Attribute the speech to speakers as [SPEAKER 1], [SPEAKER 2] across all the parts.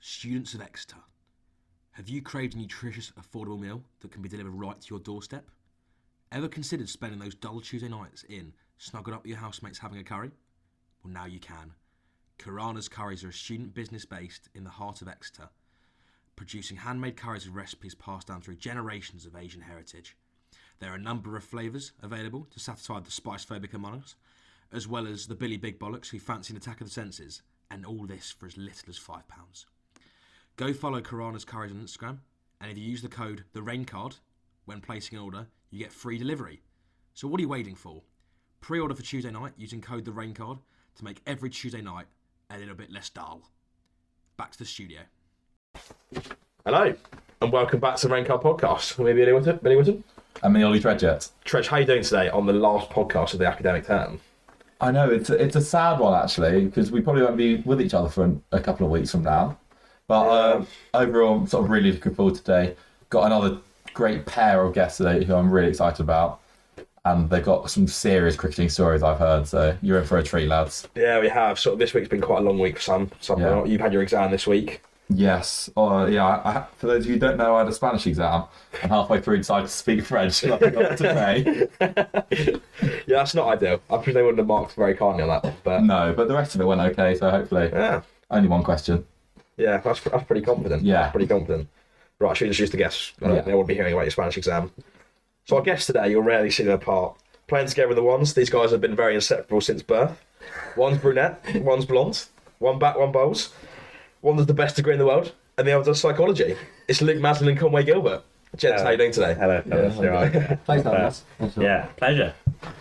[SPEAKER 1] Students of Exeter, have you craved a nutritious, affordable meal that can be delivered right to your doorstep? Ever considered spending those dull Tuesday nights in, snuggling up with your housemates having a curry? Well, now you can. Karana's Curries are a student business based in the heart of Exeter, producing handmade curries with recipes passed down through generations of Asian heritage. There are a number of flavours available to satisfy the spice phobic among us, as well as the Billy Big Bollocks who fancy an attack of the senses, and all this for as little as £5. Go follow Karana's Curries on Instagram, and if you use the code the RAINCARD when placing an order, you get free delivery. So what are you waiting for? Pre-order for Tuesday night using code the RAINCARD to make every Tuesday night a little bit less dull. Back to the studio.
[SPEAKER 2] Hello, and welcome back to the Raincar Podcast. We're Billy Whitton. Billy Whitton.
[SPEAKER 3] And the Ollie Dreadjet.
[SPEAKER 2] Tretch, how you doing today on the last podcast of the academic term?
[SPEAKER 3] I know it's a, it's a sad one actually because we probably won't be with each other for an, a couple of weeks from now. But um, overall, I'm sort of really looking forward today. Got another great pair of guests today who I'm really excited about, and they've got some serious cricketing stories I've heard. So you're in for a treat, lads.
[SPEAKER 2] Yeah, we have. Sort of this week's been quite a long week for some. some
[SPEAKER 3] Yeah.
[SPEAKER 2] You've had your exam this week.
[SPEAKER 3] Yes. Oh, yeah. I, I- for those of you who don't know, I had a Spanish exam, and halfway through decided to speak French. And I forgot today.
[SPEAKER 2] Yeah, that's not ideal. I presume they wouldn't have marked very kindly on that one, but
[SPEAKER 3] No, but the rest of it went okay. So hopefully,
[SPEAKER 2] yeah,
[SPEAKER 3] only one question.
[SPEAKER 2] yeah, that's that's pretty confident.
[SPEAKER 3] Yeah.
[SPEAKER 2] that's pretty confident. Right, should we just use the guess? I don't
[SPEAKER 3] Yeah.
[SPEAKER 2] think I would be hearing about your Spanish exam. So I guess today you'll rarely see them apart. Playing together in the ones. These guys have been very inseparable since birth. One's brunette, one's blonde. One bat, one bowls. One does the best degree in the world, and the other does psychology. It's Luke Maslin and Conway Gilbert. Gents, how you doing today?
[SPEAKER 4] Hello, fellas. you all right?
[SPEAKER 3] Thanks, lads.
[SPEAKER 4] yeah, pleasure.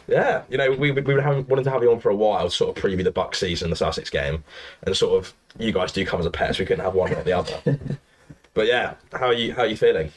[SPEAKER 2] Yeah, you know, we, we we were having, wanted to have you on for a while, to sort of preview the Bucks season, the Sussex game, and sort of you guys do come as a pair, so we couldn't have one or the other. but yeah, how are you how are you feeling?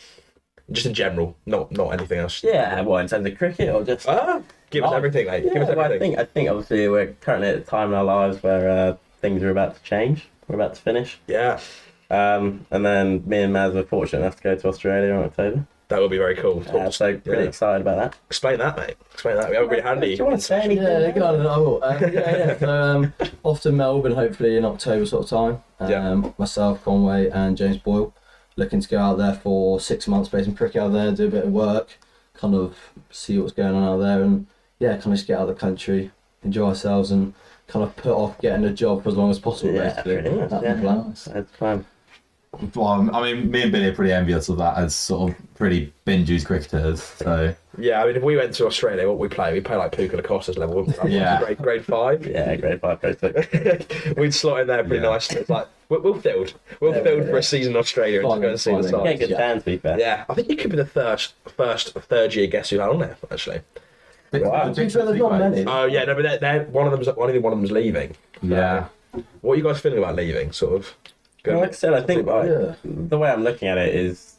[SPEAKER 2] Just in general, not not anything else.
[SPEAKER 4] Yeah, well, in terms of cricket or just.
[SPEAKER 2] Ah, give us
[SPEAKER 4] Oh,
[SPEAKER 2] everything, mate. give
[SPEAKER 4] Yeah,
[SPEAKER 2] us
[SPEAKER 4] well, I
[SPEAKER 2] everything.
[SPEAKER 4] think I think obviously we're currently at a time in our lives where uh, things are about to change. We're about to finish,
[SPEAKER 2] Yeah,
[SPEAKER 4] um, and then me and Maz were fortunate enough to go to Australia in October.
[SPEAKER 2] that would be very cool.
[SPEAKER 4] Uh, so pretty
[SPEAKER 2] Yeah.
[SPEAKER 4] excited about that.
[SPEAKER 2] Explain that, mate. Explain that. That would be
[SPEAKER 4] Do
[SPEAKER 2] handy.
[SPEAKER 4] you want to say anything?
[SPEAKER 5] Yeah, good idea. I will. Um, yeah, yeah. So, um, off to Melbourne, hopefully in October sort of time. Um,
[SPEAKER 2] Yeah.
[SPEAKER 5] Myself, Conway, and James Boyle, looking to go out there for six months, play some cricket out there, do a bit of work, kind of see what's going on out there, and yeah, kind of just get out of the country, enjoy ourselves, and kind of put off getting a job for as long as possible.
[SPEAKER 4] Yeah, pretty
[SPEAKER 5] basically.
[SPEAKER 4] much,
[SPEAKER 5] That's
[SPEAKER 4] yeah.
[SPEAKER 5] the plan.
[SPEAKER 4] That's fine.
[SPEAKER 3] Well, I mean, me and Billy are pretty envious of that as sort of pretty binge cricketers. So
[SPEAKER 2] Yeah, I mean, if we went to Australia, what would we play? We would play like Puka Lacosta's level, wouldn't we?
[SPEAKER 3] Yeah.
[SPEAKER 2] grade, grade five.
[SPEAKER 4] Yeah, grade five, grade six.
[SPEAKER 2] We'd slot in there pretty
[SPEAKER 3] Yeah.
[SPEAKER 2] nicely. It's like we'll, we'll field, we'll field for a season in Australia and just go and see the
[SPEAKER 5] Finally,
[SPEAKER 2] side.
[SPEAKER 4] Yeah, good
[SPEAKER 5] Yeah.
[SPEAKER 4] fans, to be fair.
[SPEAKER 2] Yeah, I think you could be the first, first third year guess who had on there actually.
[SPEAKER 4] Wow.
[SPEAKER 5] To be fair, there's not many.
[SPEAKER 4] Uh,
[SPEAKER 2] Oh yeah, no, but they're, they're, one of them's only one of them's leaving.
[SPEAKER 3] Yeah.
[SPEAKER 2] What are you guys feeling about leaving? Sort of.
[SPEAKER 4] Well, like I said, I think like,
[SPEAKER 5] Yeah.
[SPEAKER 4] the way I'm looking at it is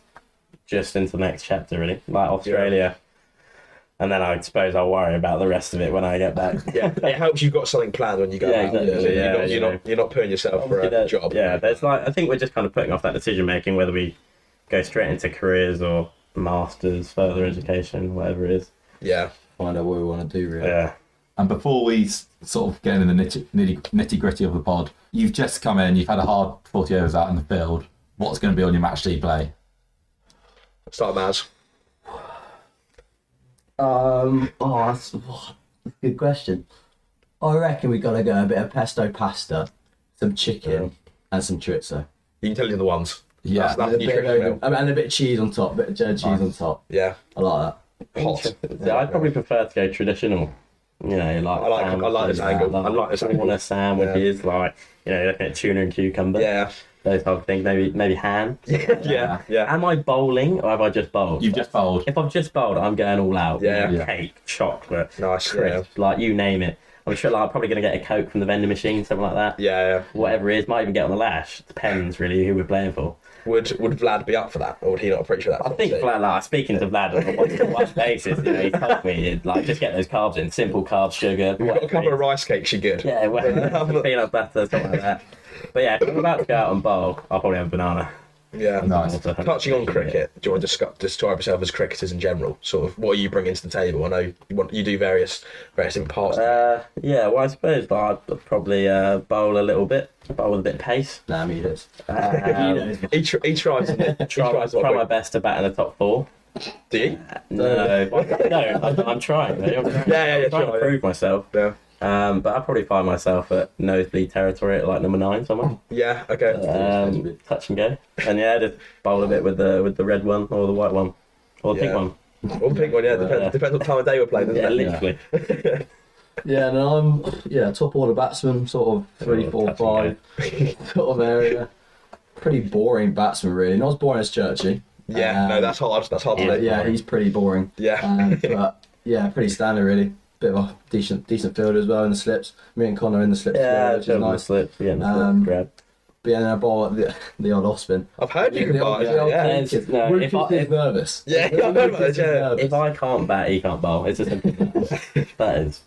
[SPEAKER 4] just into the next chapter, really. Like Australia, and then I suppose I'll worry about the rest of it when I get back.
[SPEAKER 2] yeah, it helps you've got something planned when you go
[SPEAKER 4] Yeah,
[SPEAKER 2] out.
[SPEAKER 4] exactly,
[SPEAKER 2] You're,
[SPEAKER 4] yeah,
[SPEAKER 2] not,
[SPEAKER 4] you
[SPEAKER 2] you're,
[SPEAKER 4] know.
[SPEAKER 2] not, you're not putting yourself for
[SPEAKER 4] Obviously,
[SPEAKER 2] a
[SPEAKER 4] there-
[SPEAKER 2] job.
[SPEAKER 4] Yeah, there's like I think we're just kind of putting off that decision making whether we go straight into careers or masters, further education, whatever it is.
[SPEAKER 2] yeah,
[SPEAKER 5] Find out what we want to do, really.
[SPEAKER 4] Yeah.
[SPEAKER 3] And before we s- sort of get into the nitty, nitty, nitty gritty of the pod, you've just come in, you've had a hard 40 overs out in the field. What's going to be on your match day play?
[SPEAKER 2] start Maz.
[SPEAKER 5] Um, oh, that's oh, that's a good question. I reckon we gotta go a bit of pesto pasta, some chicken, and some chorizo.
[SPEAKER 2] You can tell you the ones.
[SPEAKER 3] Yeah.
[SPEAKER 2] That's, that's
[SPEAKER 5] And a, bit
[SPEAKER 2] nutrition
[SPEAKER 5] of,
[SPEAKER 2] milk.
[SPEAKER 5] and a bit of cheese on top, bit of cheddar cheese on top.
[SPEAKER 2] Yeah,
[SPEAKER 5] I like
[SPEAKER 2] hot.
[SPEAKER 4] Yeah, I'd probably prefer to go traditional. You know, like
[SPEAKER 2] I like- I like this
[SPEAKER 4] sandwiches,
[SPEAKER 2] angle. I like this angle.
[SPEAKER 4] Tuna sandwiches, like you know, looking at tuna and cucumber.
[SPEAKER 2] Yeah,
[SPEAKER 4] those type of things. Maybe maybe ham.
[SPEAKER 2] yeah, yeah.
[SPEAKER 4] Am I bowling or have I just bowled?
[SPEAKER 3] You've just bowled.
[SPEAKER 4] If I've just bowled, I'm going all out.
[SPEAKER 2] Yeah.
[SPEAKER 3] Yeah.
[SPEAKER 4] Cake, chocolate,
[SPEAKER 2] Nice,
[SPEAKER 4] crisps, like you name it. I'm sure like, I'm probably going to get a Coke from the vending machine, something like that.
[SPEAKER 2] Yeah, yeah.
[SPEAKER 4] Whatever it is, might even get on the lash. Depends really who we're playing for.
[SPEAKER 2] Would would Vlad be up for that, or would he not appreciate that?
[SPEAKER 4] I think Vlad, like, speaking to Vlad on a one-to-one basis, you know, he told me, he'd, like, just get those carbs in, simple carbs, sugar.
[SPEAKER 2] Got a couple of rice cakes. You good?
[SPEAKER 4] Yeah, well, peanut butter, something like that. But yeah, if I'm about to go out and bowl, I'll probably have a banana.
[SPEAKER 2] Yeah.
[SPEAKER 6] Nice.
[SPEAKER 4] Water.
[SPEAKER 2] Touching on cricket, do you want to discuss, describe yourself as cricketers in general? Sort of what are you bringing to the table? I know you, want, you do various various different parts.
[SPEAKER 4] Uh, yeah, well, I suppose that I'd probably uh, bowl a little bit, bowl with a bit of pace.
[SPEAKER 5] Nah, me it is.
[SPEAKER 4] Um,
[SPEAKER 5] you know, it's-
[SPEAKER 2] he, tr- he tries. he
[SPEAKER 4] try,
[SPEAKER 2] tries.
[SPEAKER 4] try my
[SPEAKER 2] what-
[SPEAKER 4] best to bat in the top four. Uh,
[SPEAKER 2] Do you?
[SPEAKER 4] No, no, I'm, I'm trying. mate, I'm trying.
[SPEAKER 2] Yeah, yeah, yeah,
[SPEAKER 4] I'm trying
[SPEAKER 2] sure,
[SPEAKER 4] to
[SPEAKER 2] yeah.
[SPEAKER 4] prove myself.
[SPEAKER 2] Yeah.
[SPEAKER 4] Um, but I probably find myself at nosebleed territory at like number nine somewhere.
[SPEAKER 2] Yeah. Okay.
[SPEAKER 4] Um,
[SPEAKER 5] nosebleed.
[SPEAKER 4] touch and go, and yeah, just bowl a bit with the with the red one or the white one or the
[SPEAKER 2] Yeah.
[SPEAKER 4] pink one.
[SPEAKER 2] Or the pink one. Yeah. Depends.
[SPEAKER 4] Yeah.
[SPEAKER 2] Depends what time of day we're playing, doesn't
[SPEAKER 4] Yeah,
[SPEAKER 2] it?
[SPEAKER 4] literally.
[SPEAKER 5] Yeah, and I'm yeah top order batsman, sort of three, four,
[SPEAKER 4] Touch and
[SPEAKER 5] five sort of area. Pretty boring batsman, really. Not as boring as Churchy.
[SPEAKER 2] Yeah.
[SPEAKER 5] Um,
[SPEAKER 2] no, that's hard. That's hard
[SPEAKER 4] yeah,
[SPEAKER 2] to do.
[SPEAKER 5] Yeah, he's pretty boring.
[SPEAKER 2] Yeah.
[SPEAKER 5] Um, but yeah, pretty standard really. Bit of a decent decent fielder as well in the slips. Me and Connor in the slips,
[SPEAKER 4] go.
[SPEAKER 5] yeah,
[SPEAKER 4] Yeah,
[SPEAKER 5] which is nice.
[SPEAKER 4] Slip, yeah, the
[SPEAKER 5] Um,
[SPEAKER 4] slip grab.
[SPEAKER 5] But yeah, and I bowl the, the odd off spin.
[SPEAKER 2] I've heard you
[SPEAKER 5] The
[SPEAKER 2] can
[SPEAKER 5] old-
[SPEAKER 2] buy.
[SPEAKER 5] the old
[SPEAKER 2] Yeah.
[SPEAKER 4] yeah.
[SPEAKER 5] kids-
[SPEAKER 4] No,
[SPEAKER 5] when
[SPEAKER 4] if I-
[SPEAKER 5] kids is
[SPEAKER 4] if-
[SPEAKER 5] nervous.
[SPEAKER 2] Yeah,
[SPEAKER 5] When
[SPEAKER 2] I remember
[SPEAKER 5] kids is
[SPEAKER 2] that, yeah.
[SPEAKER 5] nervous.
[SPEAKER 4] If I can't bat, he can't bowl. It's as simple as that. that is.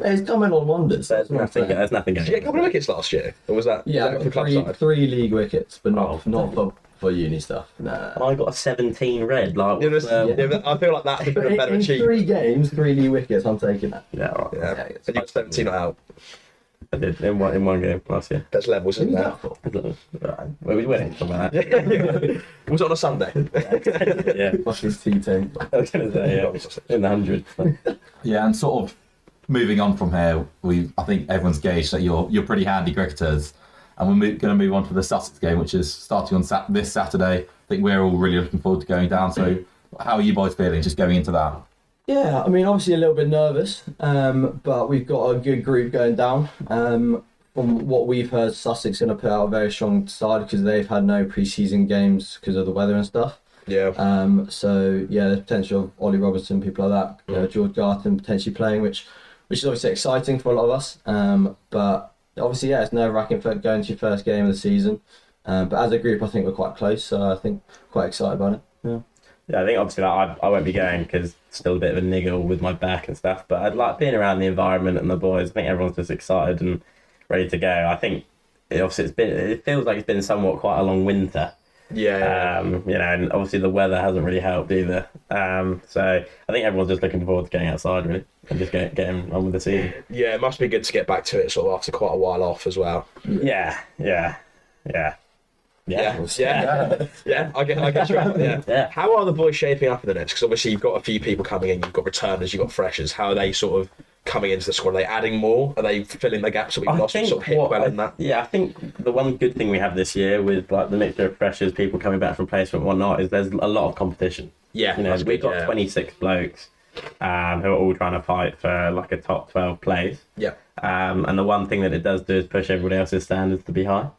[SPEAKER 5] It's coming on wonders.
[SPEAKER 4] There's
[SPEAKER 5] that's what I'm
[SPEAKER 4] nothing. uh,
[SPEAKER 5] saying.
[SPEAKER 4] There's nothing.
[SPEAKER 2] Did you get a couple of wickets last year? Or was that?
[SPEAKER 5] Yeah,
[SPEAKER 2] was that for
[SPEAKER 5] I've got
[SPEAKER 2] club
[SPEAKER 5] three,
[SPEAKER 2] side?
[SPEAKER 5] three league wickets, but not
[SPEAKER 4] Oh.
[SPEAKER 5] not for, for uni stuff. Nah.
[SPEAKER 4] I got a 17 red. Like,
[SPEAKER 2] Yeah, there's-
[SPEAKER 4] um,
[SPEAKER 2] yeah, but I feel like that's a bit of a better
[SPEAKER 5] in
[SPEAKER 2] achievement.
[SPEAKER 5] three games, three league wickets, I'm taking that.
[SPEAKER 4] yeah, all right.
[SPEAKER 2] Yeah,
[SPEAKER 5] it's
[SPEAKER 2] and you got 17 not out.
[SPEAKER 4] I did in one in one game last year.
[SPEAKER 2] That's levels,
[SPEAKER 5] Who's
[SPEAKER 2] isn't there?
[SPEAKER 5] that for?
[SPEAKER 4] Well, we went in somewhere. like that.
[SPEAKER 2] was it on a Sunday?
[SPEAKER 4] Yeah,
[SPEAKER 5] What's his tea team?
[SPEAKER 4] I was gonna say yeah, in the hundreds.
[SPEAKER 6] Yeah, and sort of moving on from here, we I think everyone's gauged that you're you're pretty handy cricketers, and we're going to move on to the Sussex game, which is starting on sat- this Saturday. I think we're all really looking forward to going down. So, how are you boys feeling just going into that?
[SPEAKER 5] Yeah, I mean, obviously a little bit nervous, um, but we've got a good group going down. Um, from what we've heard, Sussex going to put out a very strong side because they've had no preseason games because of the weather and stuff.
[SPEAKER 2] Yeah.
[SPEAKER 5] Um, so yeah, there's potential of Ollie Robertson, people like that,
[SPEAKER 4] Mm.
[SPEAKER 5] you know, George Garton potentially playing, which which is obviously exciting for a lot of us. Um, but obviously, yeah, it's nerve wracking for going to your first game of the season. Um, but as a group, I think we're quite close, so I think quite excited about it. Yeah.
[SPEAKER 4] Yeah, I think obviously like, I I won't be going because still a bit of a niggle with my back and stuff. But I'd like being around the environment and the boys. I think everyone's just excited and ready to go. I think it, obviously it's been it feels like it's been somewhat quite a long winter.
[SPEAKER 2] Yeah.
[SPEAKER 4] Um, you know, and obviously the weather hasn't really helped either. Um, so I think everyone's just looking forward to getting outside really and just get, getting on with the season.
[SPEAKER 2] yeah, it must be good to get back to it sort of after quite a while off as well.
[SPEAKER 4] Yeah, yeah, yeah,
[SPEAKER 2] Yeah.
[SPEAKER 4] yeah.
[SPEAKER 2] Yeah. Yeah, I get I get you. Yeah.
[SPEAKER 4] Yeah.
[SPEAKER 2] How are the boys shaping up in the next? Because obviously you've got a few people coming in, you've got returners, you've got freshers. How are they sort of coming into the squad? Are they adding more? Are they filling the gaps that we've
[SPEAKER 4] I
[SPEAKER 2] lost and
[SPEAKER 4] think
[SPEAKER 2] sort of hit
[SPEAKER 4] what
[SPEAKER 2] well
[SPEAKER 4] I-
[SPEAKER 2] in that?
[SPEAKER 4] Yeah, I think the one good thing we have this year with like the mixture of pressures, people coming back from placement, and whatnot, is there's a lot of competition.
[SPEAKER 2] Yeah,
[SPEAKER 4] you know,
[SPEAKER 2] that's
[SPEAKER 4] we've
[SPEAKER 2] good,
[SPEAKER 4] got
[SPEAKER 2] yeah.
[SPEAKER 4] 26 blokes um, who are all trying to fight for like a top 12 place.
[SPEAKER 2] Yeah.
[SPEAKER 4] Um, and the one thing that it does do is push everybody else's standards to be high.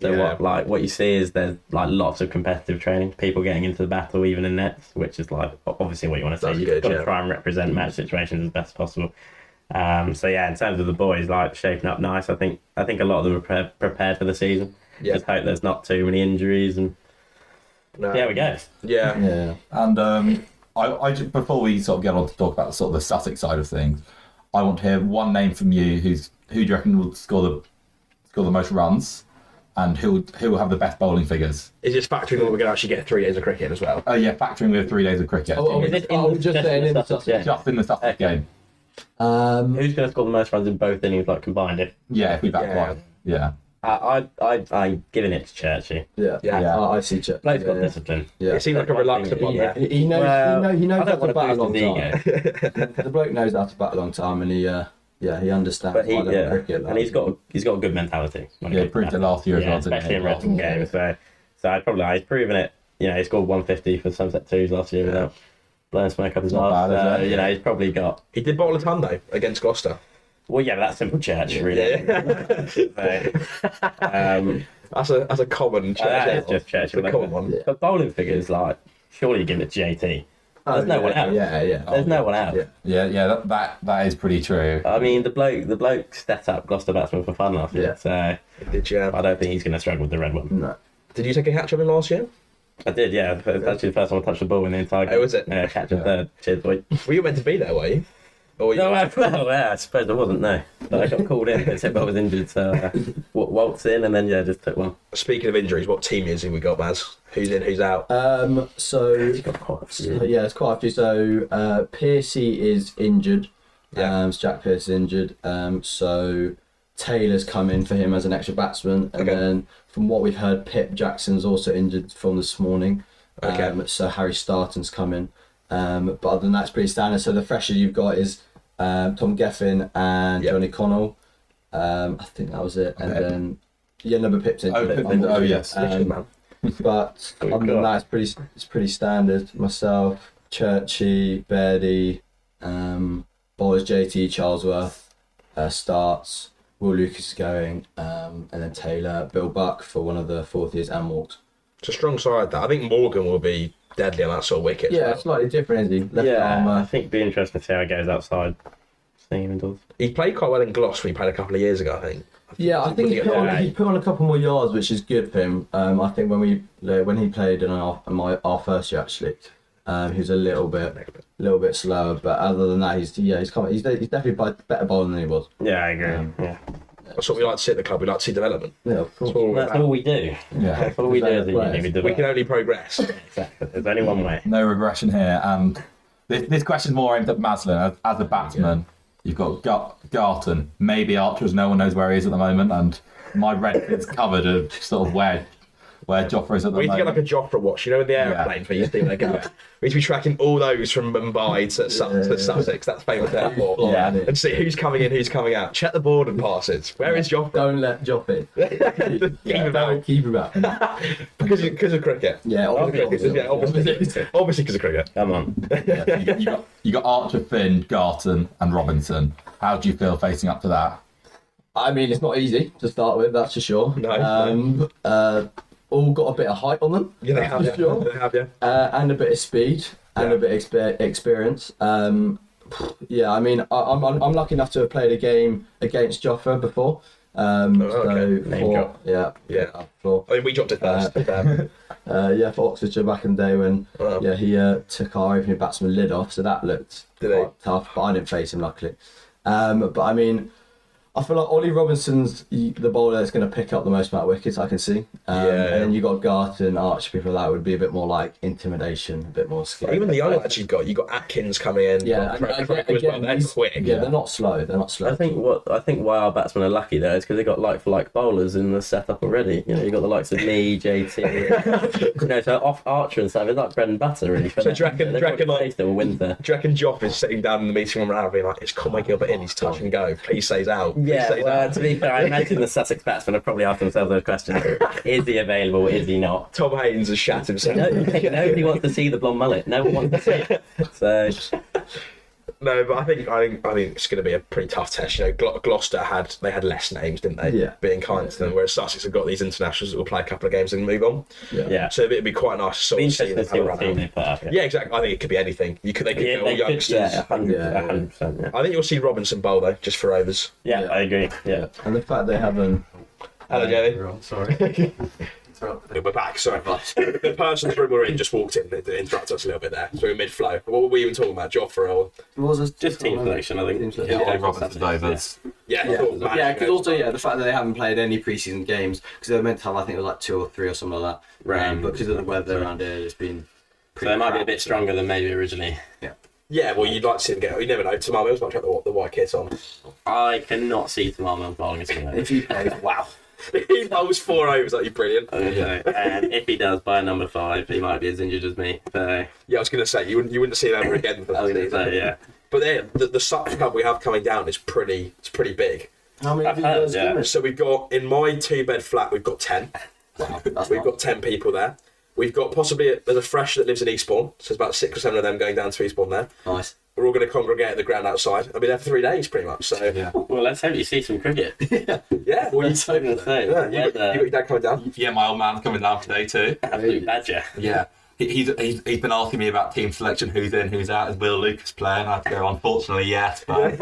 [SPEAKER 4] So
[SPEAKER 2] Yeah.
[SPEAKER 4] what like what you see is there's like lots of competitive training, people getting into the battle even in nets, which is like o- obviously what you want to see.
[SPEAKER 2] That's
[SPEAKER 4] You've
[SPEAKER 2] good,
[SPEAKER 4] got
[SPEAKER 2] yeah.
[SPEAKER 4] to try and represent match situations as best possible. Um, so yeah, in terms of the boys, like shaping up nice. I think I think a lot of them are pre- prepared for the season.
[SPEAKER 2] Yeah.
[SPEAKER 4] Just hope there's not too many injuries and
[SPEAKER 2] No.
[SPEAKER 4] there we go.
[SPEAKER 2] Yeah.
[SPEAKER 5] Yeah.
[SPEAKER 6] And um, I, I ju- before we sort of get on to talk about sort of the Sussex side of things, I want to hear one name from you. Who's who do you reckon will score the score the most runs, and who who will have the best bowling figures?
[SPEAKER 2] Is this factoring that we're gonna actually get three days of cricket as well?
[SPEAKER 6] Oh yeah, factoring with three days of cricket.
[SPEAKER 5] Oh,
[SPEAKER 4] Is it in
[SPEAKER 5] oh,
[SPEAKER 4] the-
[SPEAKER 5] just
[SPEAKER 4] just
[SPEAKER 5] saying
[SPEAKER 4] in the
[SPEAKER 5] in
[SPEAKER 4] Sussex,
[SPEAKER 5] Sussex.
[SPEAKER 6] just in the Sussex game.
[SPEAKER 5] Um,
[SPEAKER 4] Who's gonna score the most runs in both innings like combined? If
[SPEAKER 6] Yeah, if we back
[SPEAKER 2] Yeah.
[SPEAKER 6] one. Yeah.
[SPEAKER 4] I I I I'm giving it to Churchy.
[SPEAKER 5] yeah,
[SPEAKER 2] Yeah.
[SPEAKER 6] Yeah.
[SPEAKER 5] I, I see Chip.
[SPEAKER 4] Blake's got
[SPEAKER 5] yeah.
[SPEAKER 4] discipline.
[SPEAKER 5] Yeah.
[SPEAKER 2] It seems like a relaxed
[SPEAKER 4] Yeah.
[SPEAKER 2] one there.
[SPEAKER 5] He, he knows.
[SPEAKER 4] Well,
[SPEAKER 5] he, know, he
[SPEAKER 4] I
[SPEAKER 5] knows how
[SPEAKER 4] don't
[SPEAKER 5] to
[SPEAKER 4] want
[SPEAKER 5] bat a
[SPEAKER 4] to
[SPEAKER 5] long
[SPEAKER 4] boost his
[SPEAKER 5] time.
[SPEAKER 4] ego.
[SPEAKER 5] The bloke knows how to bat a long time, and he, uh, yeah, he understands.
[SPEAKER 4] But he,
[SPEAKER 5] why they're
[SPEAKER 4] yeah,
[SPEAKER 5] cricket, like.
[SPEAKER 4] and he's got he's got a good mentality. when it
[SPEAKER 6] Yeah, he
[SPEAKER 4] comes
[SPEAKER 6] proved
[SPEAKER 4] to
[SPEAKER 6] it
[SPEAKER 4] that.
[SPEAKER 6] last year as
[SPEAKER 4] Yeah,
[SPEAKER 6] well, didn't
[SPEAKER 4] especially
[SPEAKER 6] he?
[SPEAKER 4] in wrestling games. So, so I'd probably he's proven it. You know, he scored one fifty for Sunset Twos last year without blowing smoke up his
[SPEAKER 6] Not
[SPEAKER 4] arse.
[SPEAKER 6] bad, is
[SPEAKER 4] So,
[SPEAKER 6] it?
[SPEAKER 4] you know, he's probably got.
[SPEAKER 2] He did bowl a ton though against Gloucester.
[SPEAKER 4] Well, yeah, but that's simple church, really. So, um,
[SPEAKER 2] That's a that's a common church.
[SPEAKER 4] Oh, that
[SPEAKER 2] yeah.
[SPEAKER 4] is just church.
[SPEAKER 2] It's a common one.
[SPEAKER 4] But bowling figures, like, surely you give it to JT.
[SPEAKER 5] Oh,
[SPEAKER 4] There's no
[SPEAKER 5] yeah,
[SPEAKER 4] one else. Oh,
[SPEAKER 5] Yeah, yeah.
[SPEAKER 4] There's no one else.
[SPEAKER 5] yeah.
[SPEAKER 6] Yeah, yeah, that that, that is pretty true.
[SPEAKER 4] I mean, the bloke, the bloke set up Gloucester batsman for fun last year,
[SPEAKER 5] Yeah.
[SPEAKER 4] so
[SPEAKER 2] Did you?
[SPEAKER 4] I don't think he's going to struggle with the red one.
[SPEAKER 5] No.
[SPEAKER 2] Did you take a hatch on him last year?
[SPEAKER 4] I did, yeah. It's actually the first time I touched the ball in the entire game.
[SPEAKER 2] Oh, was it?
[SPEAKER 4] Yeah, catch a
[SPEAKER 6] Yeah.
[SPEAKER 4] third. Cheers, boy.
[SPEAKER 2] Well, you were meant to be there, were you? Or you,
[SPEAKER 4] No, I, well, yeah, I suppose I wasn't, no. But I got called in except I was injured, so uh, w- waltz in and then, yeah, just took one.
[SPEAKER 2] speaking of injuries, what team is have we got, Maz? Who's in? Who's out?
[SPEAKER 5] Um, so
[SPEAKER 4] He's got quite a
[SPEAKER 5] So,
[SPEAKER 4] few.
[SPEAKER 5] yeah, it's quite a few. So uh, Piercy is injured.
[SPEAKER 2] Yeah.
[SPEAKER 5] Um, so Jack Pierce is injured. Um, so Taylor's come in for him as an extra batsman, and
[SPEAKER 2] Okay.
[SPEAKER 5] then from what we've heard, Pip Jackson's also injured from this morning.
[SPEAKER 2] Okay.
[SPEAKER 5] Um, so Harry Starton's come in. Um, but other than that, it's pretty standard. So the fresher you've got is um, Tom Geffen and
[SPEAKER 2] Yep.
[SPEAKER 5] Johnny Connell. Um, I think that was it. And
[SPEAKER 6] Okay.
[SPEAKER 5] then yeah, number Pip's
[SPEAKER 6] Oh,
[SPEAKER 5] injured.
[SPEAKER 6] Pippen, oh, yes.
[SPEAKER 5] Um,
[SPEAKER 2] man.
[SPEAKER 5] but
[SPEAKER 4] Good
[SPEAKER 5] other than
[SPEAKER 4] God.
[SPEAKER 5] that, it's pretty it's pretty standard. Myself, Churchy, Bairdy, um, bowlers JT Charlesworth uh, starts. Will Lucas is going, um, and then Taylor, Bill Buck for one of the fourth years and walked.
[SPEAKER 2] It's a strong side. That I think Morgan will be deadly on that sort of wicket.
[SPEAKER 5] Yeah, slightly different, isn't he? Left
[SPEAKER 4] Yeah, I
[SPEAKER 5] armer.
[SPEAKER 4] think it'd be interesting to see how it goes outside. Seeing him indoors.
[SPEAKER 2] he played quite well in Gloss when he played a couple of years ago. I think.
[SPEAKER 5] Yeah, I think he
[SPEAKER 2] Wouldn't
[SPEAKER 5] put,
[SPEAKER 2] get
[SPEAKER 5] on,
[SPEAKER 2] that
[SPEAKER 5] he
[SPEAKER 2] right.
[SPEAKER 5] put on a couple more yards, which is good for him. Um, I think when we like, when he played in our in my our first year actually, um, he was a little bit a little bit slower, but other than that, he's yeah, he's come, he's, de- he's definitely bu- better bowling than he was.
[SPEAKER 4] Yeah, I agree. yeah.
[SPEAKER 2] That's what we like to see at the club. We like to see development.
[SPEAKER 5] Yeah, of
[SPEAKER 2] That's all we're
[SPEAKER 4] That's
[SPEAKER 2] about.
[SPEAKER 4] all we do.
[SPEAKER 6] Yeah.
[SPEAKER 4] That's all we do
[SPEAKER 5] Develop
[SPEAKER 4] is
[SPEAKER 5] players.
[SPEAKER 4] we
[SPEAKER 2] We can
[SPEAKER 4] develop.
[SPEAKER 2] only progress.
[SPEAKER 4] Exactly. There's only one way.
[SPEAKER 6] No regression here. And this, this question's more aimed at Maslin. As, as a batsman, you've got Gar- Garton, maybe Archer, as no one knows where he is at the moment. And my red is covered of sort of where where Joffrey is at the
[SPEAKER 2] We need to
[SPEAKER 6] moment.
[SPEAKER 2] get like a Jofra watch, you know, in the aeroplanes where you see where they go. We need to be tracking all those from Mumbai to, Sus- to Sussex, that's famous airport,
[SPEAKER 5] Yeah.
[SPEAKER 2] and see who's coming in, who's coming out. Check the board and passes. Where is Jofra?
[SPEAKER 5] Don't let Joff in.
[SPEAKER 2] Keep him
[SPEAKER 5] Don't
[SPEAKER 2] out
[SPEAKER 5] keep him out.
[SPEAKER 2] because because of cricket.
[SPEAKER 5] Yeah,
[SPEAKER 2] Obviously,
[SPEAKER 5] obviously.
[SPEAKER 2] yeah, obviously, obviously because of cricket.
[SPEAKER 4] Come on.
[SPEAKER 6] Yeah, you, got- you got, you got Archer, Finn, Garton, and Robinson. How do you feel facing up to that?
[SPEAKER 5] I mean, it's not easy to start with, that's for sure.
[SPEAKER 2] No.
[SPEAKER 5] Um, uh, all got a bit of height on them.
[SPEAKER 2] Yeah, they
[SPEAKER 5] that's
[SPEAKER 2] have,
[SPEAKER 5] for
[SPEAKER 2] yeah.
[SPEAKER 5] sure.
[SPEAKER 2] They have, yeah.
[SPEAKER 5] uh, and a bit of speed and a bit of exper- experience. Um, yeah, I mean, I, I'm, I'm I'm lucky enough to have played a game against Joffa before. Um,
[SPEAKER 2] Oh, okay.
[SPEAKER 5] so
[SPEAKER 4] Name
[SPEAKER 5] for-
[SPEAKER 4] drop.
[SPEAKER 5] yeah,
[SPEAKER 2] Yeah.
[SPEAKER 5] uh, for
[SPEAKER 2] I mean, we dropped it first. but, um,
[SPEAKER 5] uh, yeah for Oxfordshire back in the day when
[SPEAKER 2] Wow.
[SPEAKER 5] yeah he uh, took our opening batsman lid off, so that looked
[SPEAKER 2] Did he?
[SPEAKER 5] quite tough. But I didn't face him luckily. Um, but I mean, I feel like Ollie Robinson's the bowler that's going to pick up the most amount of wickets I can see. Um,
[SPEAKER 2] Yeah.
[SPEAKER 5] And then you got Garton, Archer, people like that would be a bit more like intimidation, a bit more scary.
[SPEAKER 2] even the young lads you've got, you've got Atkins coming in. you've
[SPEAKER 5] yeah,
[SPEAKER 2] got Craig-
[SPEAKER 5] and
[SPEAKER 2] Craig
[SPEAKER 5] again-
[SPEAKER 2] as well. They're
[SPEAKER 5] these-
[SPEAKER 2] quick.
[SPEAKER 5] Yeah, they're not slow. They're not slow.
[SPEAKER 4] I think what I think why our batsmen are lucky though is because they got like for like bowlers in the setup already. You know, you got the likes of me, JT, you know, so off Archer and stuff. It's like bread and butter really. For
[SPEAKER 2] So
[SPEAKER 4] them.
[SPEAKER 2] do you reckon-
[SPEAKER 4] They've
[SPEAKER 2] do you reckon,
[SPEAKER 4] got
[SPEAKER 2] like-
[SPEAKER 4] a taste of a winter.
[SPEAKER 2] Do you reckon Joff is sitting down in the meeting room now being like, it's come wake up in, he's touch and go. Please say he's out. Please say
[SPEAKER 4] Yeah,
[SPEAKER 2] he's
[SPEAKER 4] well,
[SPEAKER 2] out."
[SPEAKER 4] to be fair, I imagine the Sussex batsmen have probably asked themselves those questions: Is he available? Is he not?
[SPEAKER 2] Tom Haynes has shat himself.
[SPEAKER 4] No, nobody wants to see the blonde mullet. No one wants to see it. So
[SPEAKER 2] No, but I think I think I think it's going to be a pretty tough test. You know, Glo- Gloucester had they had less names, didn't they?
[SPEAKER 5] Yeah.
[SPEAKER 2] Being kind to them, whereas Sussex have got these internationals that will play a couple of games and move on.
[SPEAKER 4] yeah,
[SPEAKER 2] So it'd be quite nice to sort
[SPEAKER 4] be
[SPEAKER 2] of
[SPEAKER 4] interesting
[SPEAKER 2] see
[SPEAKER 4] to
[SPEAKER 2] them
[SPEAKER 4] see
[SPEAKER 2] have a
[SPEAKER 4] what
[SPEAKER 2] run
[SPEAKER 4] team
[SPEAKER 2] out.
[SPEAKER 4] they put up. Yeah,
[SPEAKER 2] Yeah, exactly. I think it could be anything. You could they could
[SPEAKER 4] yeah,
[SPEAKER 2] go
[SPEAKER 4] they could,
[SPEAKER 2] youngsters.
[SPEAKER 4] yeah, hundred,
[SPEAKER 5] Yeah, yeah.
[SPEAKER 4] hundred percent. Yeah.
[SPEAKER 2] I think you'll see Robinson bowl though, just for overs.
[SPEAKER 4] Yeah,
[SPEAKER 5] Yeah.
[SPEAKER 4] I agree. Yeah.
[SPEAKER 5] and the fact they haven't.
[SPEAKER 2] Hello, Jamie.
[SPEAKER 7] Everyone, sorry.
[SPEAKER 2] We're back. Sorry, guys. the person room we're in just walked in. They interrupted us a little bit there. So we're mid flow. What were we even talking about? Joffrey or
[SPEAKER 4] Just team selection, I think.
[SPEAKER 7] Yeah, Ollie Robinson's overs.
[SPEAKER 2] yeah,
[SPEAKER 7] Yeah.
[SPEAKER 2] thought Matt
[SPEAKER 7] Yeah,
[SPEAKER 2] should
[SPEAKER 5] because
[SPEAKER 2] go.
[SPEAKER 5] also yeah, the fact that they haven't played any preseason games because they were meant to have I think it was like two or three or something like that.
[SPEAKER 4] Right.
[SPEAKER 5] Um, but because of the weather around here, it's been.
[SPEAKER 4] So they might be a bit stronger than maybe originally.
[SPEAKER 2] Yeah, well, you'd like to see them get. You never know. Tomorrow Mills might chuck the, the white kit on.
[SPEAKER 4] I cannot see Tamama bowling as well.
[SPEAKER 5] If he plays, wow.
[SPEAKER 2] he bowls four overs. That'd be brilliant.
[SPEAKER 4] Okay. and if he does by number five, he might be as injured as me. So
[SPEAKER 2] Yeah, I was going to say you wouldn't you wouldn't see them ever again. For
[SPEAKER 4] I
[SPEAKER 2] that
[SPEAKER 4] was gonna
[SPEAKER 2] season.
[SPEAKER 4] say, yeah.
[SPEAKER 2] But then the, the such club we have coming down is pretty it's pretty big.
[SPEAKER 5] How many
[SPEAKER 4] I've heard, yeah.
[SPEAKER 2] So we've got in my two bed flat we've got ten.
[SPEAKER 5] Wow, that's
[SPEAKER 2] We've got ten people there. We've got possibly there's a fresh that lives in Eastbourne, so there's about six or seven of them going down to Eastbourne there.
[SPEAKER 5] nice.
[SPEAKER 2] We're all going to congregate at the ground outside. I'll be there for three days pretty much. So yeah,
[SPEAKER 4] Well, let's hope you see some cricket.
[SPEAKER 2] well, you,
[SPEAKER 4] That's what I'm gonna say.
[SPEAKER 2] yeah,
[SPEAKER 4] Yeah,
[SPEAKER 2] you, got, you got your dad coming down.
[SPEAKER 7] Yeah, my old man's coming down today too.
[SPEAKER 4] absolute badger.
[SPEAKER 7] Yeah. He- He's, he's, he's been asking me about team selection, who's in, who's out, is Will Lucas playing? I have to go, unfortunately, yes, but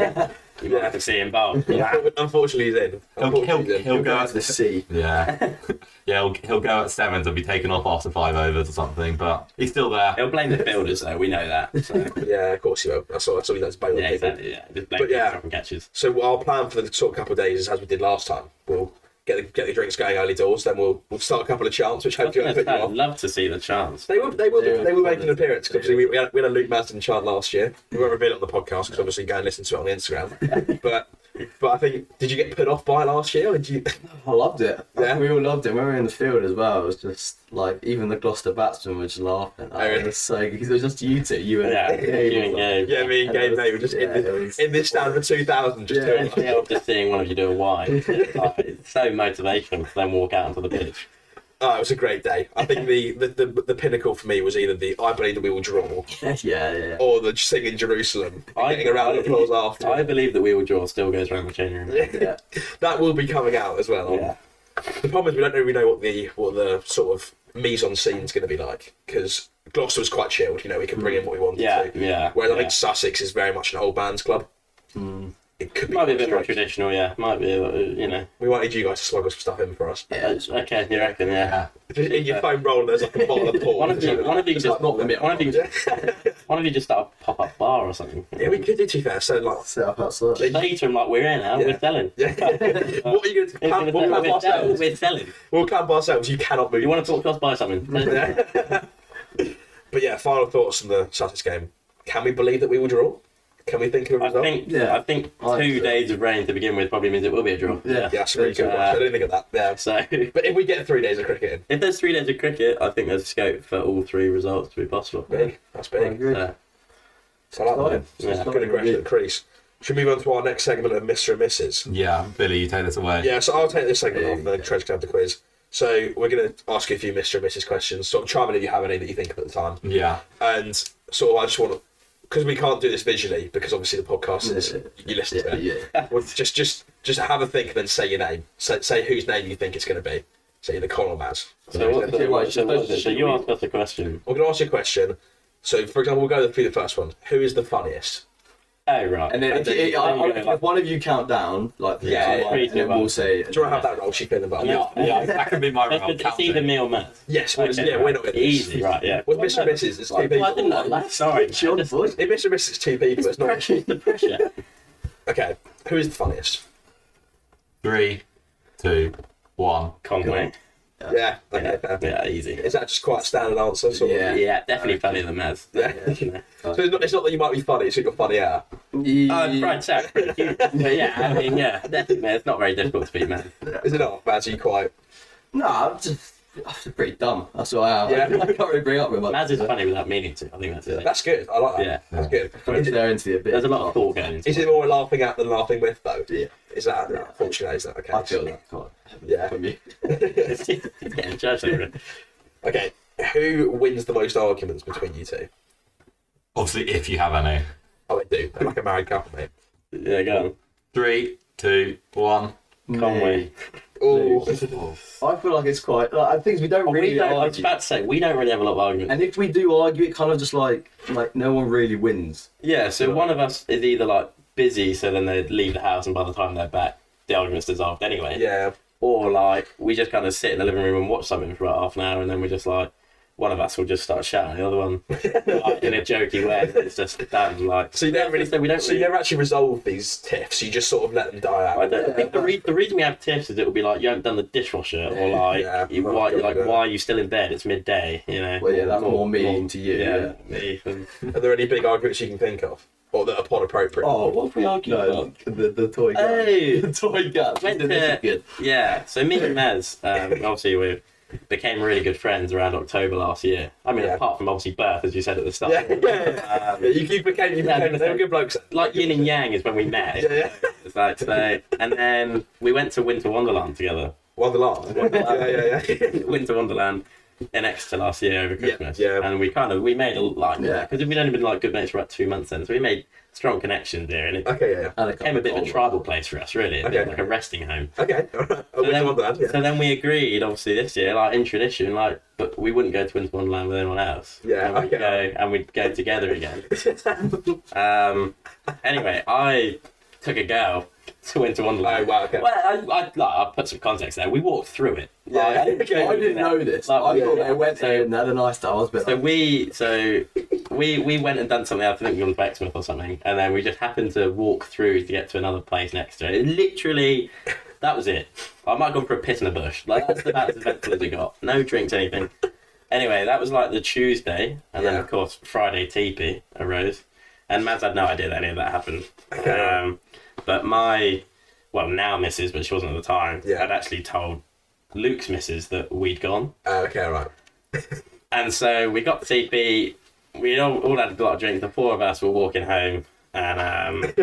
[SPEAKER 4] You might have to see him bowl. Yeah.
[SPEAKER 2] Unfortunately, he's in.
[SPEAKER 7] he'll-
[SPEAKER 2] Unfortunately, he's in.
[SPEAKER 7] he'll go
[SPEAKER 2] to the sea.
[SPEAKER 7] Yeah, yeah, he'll, he'll go at sevens and be taken off after five overs or something, but he's still there.
[SPEAKER 4] He'll blame the fielders though. We know that. So,
[SPEAKER 2] Yeah, of course you will. That's all. That's all you know. It's bang on
[SPEAKER 4] yeah,
[SPEAKER 2] people.
[SPEAKER 4] exactly. Yeah, just blame
[SPEAKER 2] But yeah.
[SPEAKER 4] the dropping catches.
[SPEAKER 2] So our plan for the sort of couple of days is as we did last time. We'll get the, get the drinks going early doors. Then we'll we'll start a couple of chants, which
[SPEAKER 4] I was gonna
[SPEAKER 2] hopefully won't put
[SPEAKER 4] say,
[SPEAKER 2] you
[SPEAKER 4] I'd
[SPEAKER 2] off.
[SPEAKER 4] love to see the chance.
[SPEAKER 2] They will, they will,
[SPEAKER 4] Yeah.
[SPEAKER 2] they will make an appearance because we, we, had, we had a Luke Madsen chant last year. We won't reveal it on the podcast because obviously go and listen to it on Instagram. but but I think did you get put off by it last year? Or did you?
[SPEAKER 5] I loved it.
[SPEAKER 2] Yeah?
[SPEAKER 5] We all loved it. When we were in the field as well, it was just like even the Gloucester batsmen were just laughing. Like,
[SPEAKER 2] Oh, really?
[SPEAKER 5] It was so it was just you two, you and
[SPEAKER 4] Yeah,
[SPEAKER 5] Gabe.
[SPEAKER 4] yeah,
[SPEAKER 2] Yeah, me and Gabe, they were just in,
[SPEAKER 5] Yeah, it
[SPEAKER 2] the,
[SPEAKER 5] was-
[SPEAKER 2] in this stand for two thousand. Just
[SPEAKER 5] Yeah.
[SPEAKER 2] doing it.
[SPEAKER 4] Actually, I'm just seeing one of you do a wide. Oh, It's so motivational to then walk out onto the pitch.
[SPEAKER 2] Oh, it was a great day. I think the, the, the, the pinnacle for me was either the I believe that we will draw
[SPEAKER 5] yeah, yeah.
[SPEAKER 2] or the singing Jerusalem and
[SPEAKER 4] I-
[SPEAKER 2] getting a round of applause after.
[SPEAKER 4] I believe that we will draw still goes round the changing room.
[SPEAKER 5] yeah.
[SPEAKER 2] that will be coming out as well.
[SPEAKER 4] Yeah.
[SPEAKER 2] The problem is we don't really know what the what the sort of mise en scene is going to be like because Gloucester was quite chilled. You know, we could bring in what we wanted
[SPEAKER 4] Yeah,
[SPEAKER 2] to.
[SPEAKER 4] yeah.
[SPEAKER 2] Whereas I
[SPEAKER 4] yeah. Hmm.
[SPEAKER 2] think Sussex is very much an old man's club. It could be.
[SPEAKER 4] might be a
[SPEAKER 2] quite
[SPEAKER 4] bit more
[SPEAKER 2] strange.
[SPEAKER 4] traditional, yeah. Might be, uh, you know.
[SPEAKER 2] We wanted you guys to smuggle some stuff in for us.
[SPEAKER 4] Okay, you reckon? Yeah.
[SPEAKER 2] Just in your phone roll, there's like a bottle of port.
[SPEAKER 4] One of you, one of you just,
[SPEAKER 5] like knock them in.
[SPEAKER 4] one of you, just, one of you just start a pop up bar or something.
[SPEAKER 2] yeah, we could do too fair. So like,
[SPEAKER 5] Set up outside.
[SPEAKER 4] Say to him like, "We're in now. We're selling."
[SPEAKER 2] yeah. what are you going to
[SPEAKER 4] We're,
[SPEAKER 2] camp?
[SPEAKER 4] we're
[SPEAKER 2] We'll camp
[SPEAKER 4] selling.
[SPEAKER 2] ourselves.
[SPEAKER 4] we're selling.
[SPEAKER 2] We'll camp ourselves. You cannot move.
[SPEAKER 4] You want to talk to us? Buy something.
[SPEAKER 2] But yeah, final thoughts on the Sussex game. Can we believe that we will draw? Can we think of a
[SPEAKER 4] I
[SPEAKER 2] result?
[SPEAKER 4] think.
[SPEAKER 5] Yeah.
[SPEAKER 4] I think
[SPEAKER 5] I think
[SPEAKER 4] two
[SPEAKER 5] so.
[SPEAKER 4] days of rain to begin with probably means it will be a draw.
[SPEAKER 5] Yeah.
[SPEAKER 2] Yeah, that's a really good
[SPEAKER 4] Uh,
[SPEAKER 2] one. I didn't think of that. Yeah.
[SPEAKER 4] So
[SPEAKER 2] But if we get three days of cricket in,
[SPEAKER 4] if there's three days of cricket, I think there's scope for all three results to be possible. Uh,
[SPEAKER 2] big. That's
[SPEAKER 5] I
[SPEAKER 2] big.
[SPEAKER 5] agree.
[SPEAKER 4] So,
[SPEAKER 2] I like that.
[SPEAKER 5] It's exciting.
[SPEAKER 2] Good aggression at the crease. Should we move on to our next segment of Mr. and Mrs.?
[SPEAKER 7] Yeah, Billy, you take this away.
[SPEAKER 2] Yeah, so I'll take this segment off and then Trent can have the quiz. So we're going to ask you a few Mr. and Mrs. questions. Sort of chime in if you have any that you think of at the time.
[SPEAKER 7] Yeah.
[SPEAKER 2] And sort of, I just want to, because we can't do this visually, because obviously the podcast is, you listen to it.
[SPEAKER 5] Yeah,
[SPEAKER 2] Well, just, just, just have a think and then say your name. Say, say whose name you think it's going to be. Say the column as.
[SPEAKER 4] so, what's the-
[SPEAKER 5] Yeah, right,
[SPEAKER 4] so what's it?
[SPEAKER 5] should
[SPEAKER 4] so you asked us a question.
[SPEAKER 2] I'm going to ask you a question. So, for example, we'll go through the first one. Who is the funniest?
[SPEAKER 4] Oh right.
[SPEAKER 5] And then if,
[SPEAKER 4] you
[SPEAKER 5] I- I-
[SPEAKER 4] go
[SPEAKER 5] if
[SPEAKER 4] like-
[SPEAKER 5] one of you count down, like three,
[SPEAKER 2] Yeah,
[SPEAKER 5] two, one,
[SPEAKER 4] three,
[SPEAKER 5] and then
[SPEAKER 4] two, one.
[SPEAKER 5] we'll say.
[SPEAKER 2] Do you want to have that role? She's been the button.
[SPEAKER 4] Yeah.
[SPEAKER 7] Yeah, that could be my
[SPEAKER 4] That's-
[SPEAKER 7] role.
[SPEAKER 4] It's either me or Matt.
[SPEAKER 2] Yes, we're,
[SPEAKER 4] Okay,
[SPEAKER 2] yeah, we're
[SPEAKER 4] right.
[SPEAKER 2] not in this.
[SPEAKER 4] Easy, right? Yeah.
[SPEAKER 2] With Mr. and Mrs., it's two
[SPEAKER 4] Well, I didn't
[SPEAKER 2] people.
[SPEAKER 4] know that. Sorry.
[SPEAKER 5] John Wood.
[SPEAKER 2] If Mr. and Mrs. is two people, it's not.
[SPEAKER 4] It's the pressure.
[SPEAKER 2] Okay, who is the funniest?
[SPEAKER 7] Three, two, one.
[SPEAKER 4] Conway.
[SPEAKER 2] Yeah, okay, fair.
[SPEAKER 4] Yeah, easy.
[SPEAKER 2] Is that just quite a standard answer? Sort
[SPEAKER 5] Yeah.
[SPEAKER 2] Of?
[SPEAKER 4] Yeah, definitely funnier than Maz.
[SPEAKER 2] Yeah. so it's not, it's not that you might be funny, it's that you're funny out.
[SPEAKER 4] Uh, Brian Sack, pretty cute. But yeah, I mean, yeah, definitely, it's not very difficult to beat Maz.
[SPEAKER 2] Is it not? Man, so you quite.
[SPEAKER 5] No, I'm just. I'm pretty dumb. That's what I am.
[SPEAKER 2] Yeah.
[SPEAKER 5] I can't really bring up with much.
[SPEAKER 4] Maz is funny without meaning to. I think that's it.
[SPEAKER 2] That's good. I like that.
[SPEAKER 4] Yeah.
[SPEAKER 2] That's good.
[SPEAKER 5] Is there into a bit?
[SPEAKER 4] There's a lot of thought going into
[SPEAKER 2] Is it
[SPEAKER 4] it.
[SPEAKER 2] more laughing at than laughing with, though?
[SPEAKER 5] Yeah.
[SPEAKER 2] Is that, unfortunately, is that okay?
[SPEAKER 5] I feel that can't.
[SPEAKER 2] Yeah.
[SPEAKER 5] From you.
[SPEAKER 4] yeah, judge over it.
[SPEAKER 2] Okay, who wins the most arguments between you two?
[SPEAKER 7] Obviously, if you have any.
[SPEAKER 2] Oh, they do. They're like a married couple, mate.
[SPEAKER 4] Yeah, go
[SPEAKER 7] Three, two, one.
[SPEAKER 4] on. Conway.
[SPEAKER 2] Oh,
[SPEAKER 5] I feel like it's quite. Like, I think we don't really
[SPEAKER 4] We don't, I was
[SPEAKER 5] argue.
[SPEAKER 4] about to say, we don't really have a lot of arguments.
[SPEAKER 5] And if we do argue, it kind of just like like no one really wins.
[SPEAKER 4] Yeah, so one of us is either like busy, so then they leave the house, and by the time they're back, the argument's dissolved anyway.
[SPEAKER 2] yeah.
[SPEAKER 4] Or like we just kind of sit in the living room and watch something for about half an hour, and then we're just like, one of us will just start shouting at the other one like, in a jokey way. It's just damn like.
[SPEAKER 2] So you never really,
[SPEAKER 4] so we don't.
[SPEAKER 2] so you
[SPEAKER 4] really-
[SPEAKER 2] never actually resolve these tiffs. You just sort of let them die out.
[SPEAKER 4] I don't I think the, re- the reason we have tips is it will be like you haven't done the dishwasher or like
[SPEAKER 2] Yeah,
[SPEAKER 4] you,
[SPEAKER 2] well,
[SPEAKER 4] why
[SPEAKER 2] yeah,
[SPEAKER 4] like
[SPEAKER 2] yeah.
[SPEAKER 4] why are you still in bed? It's midday, you know.
[SPEAKER 5] Well, yeah, that's more me to you,
[SPEAKER 4] Yeah, me. And,
[SPEAKER 2] Are there any big arguments you can think of, or that are pod appropriate?
[SPEAKER 5] what if we argue? No, the the toy gun.
[SPEAKER 4] Hey!
[SPEAKER 5] the toy gun.
[SPEAKER 4] Went
[SPEAKER 5] This is
[SPEAKER 4] to-
[SPEAKER 5] good.
[SPEAKER 4] Yeah, so me and Maz, um, obviously we became really good friends around October last year. I mean,
[SPEAKER 2] Yeah.
[SPEAKER 4] apart from obviously birth, as you said at the start.
[SPEAKER 2] yeah, yeah, yeah. Yeah, you, you became, you
[SPEAKER 4] yeah,
[SPEAKER 2] became, they were good blokes.
[SPEAKER 4] Like yin and yang is when we met.
[SPEAKER 2] Yeah, yeah.
[SPEAKER 4] It's like so, and then we went to Winter Wonderland together.
[SPEAKER 2] One the last. yeah, yeah, yeah.
[SPEAKER 4] Winter Wonderland in Exeter last year over Christmas.
[SPEAKER 2] yeah.
[SPEAKER 4] And we kind of we made a like
[SPEAKER 5] Yeah.
[SPEAKER 4] because we'd only been like good mates for about two months then, so we made strong connections there, and it
[SPEAKER 2] okay, yeah, yeah.
[SPEAKER 5] And it
[SPEAKER 4] became a bit of a tribal place for us, really, a bit
[SPEAKER 2] Uh, oh. Okay.
[SPEAKER 4] like a resting home.
[SPEAKER 2] Okay, all right. I
[SPEAKER 4] So
[SPEAKER 2] went
[SPEAKER 4] then,
[SPEAKER 2] to Wonderland.
[SPEAKER 4] so
[SPEAKER 2] Yeah.
[SPEAKER 4] then we agreed, obviously, this year, like in tradition, like, but we wouldn't go to Winter Wonderland with anyone else.
[SPEAKER 2] Yeah,
[SPEAKER 4] and we'd
[SPEAKER 2] okay.
[SPEAKER 4] go and we'd go together again. um, anyway, I took a girl to Winter Wonderland.
[SPEAKER 2] Oh, wow, okay.
[SPEAKER 4] Well, I, I, like, I put some context there. We walked through it.
[SPEAKER 2] Yeah,
[SPEAKER 4] Like,
[SPEAKER 2] okay,
[SPEAKER 4] we
[SPEAKER 2] I
[SPEAKER 5] I
[SPEAKER 4] did
[SPEAKER 5] didn't
[SPEAKER 4] that.
[SPEAKER 5] know this.
[SPEAKER 4] Like,
[SPEAKER 5] I
[SPEAKER 4] we-
[SPEAKER 5] thought they went
[SPEAKER 4] so-
[SPEAKER 5] there and had a nice time. I was a bit
[SPEAKER 4] So
[SPEAKER 5] like,
[SPEAKER 4] we so we we went and done something else. I think we went to Exmouth or something, and then we just happened to walk through to get to another place next to it. It Literally, that was it. I might have gone for a piss in a bush. Like that's about as eventful as it got. No drinks, anything. Anyway, that was like the Tuesday, and then of
[SPEAKER 2] Yeah.
[SPEAKER 4] course Friday TP arose, and Mads had no idea that any of that happened. Um, but my well now missus, but she wasn't at the time,
[SPEAKER 2] Yeah.
[SPEAKER 4] had actually told Luke's missus that we'd gone.
[SPEAKER 2] Uh, okay, all right.
[SPEAKER 4] And so we got the TP. We all, all had a lot of drinks. The four of us were walking home, and um,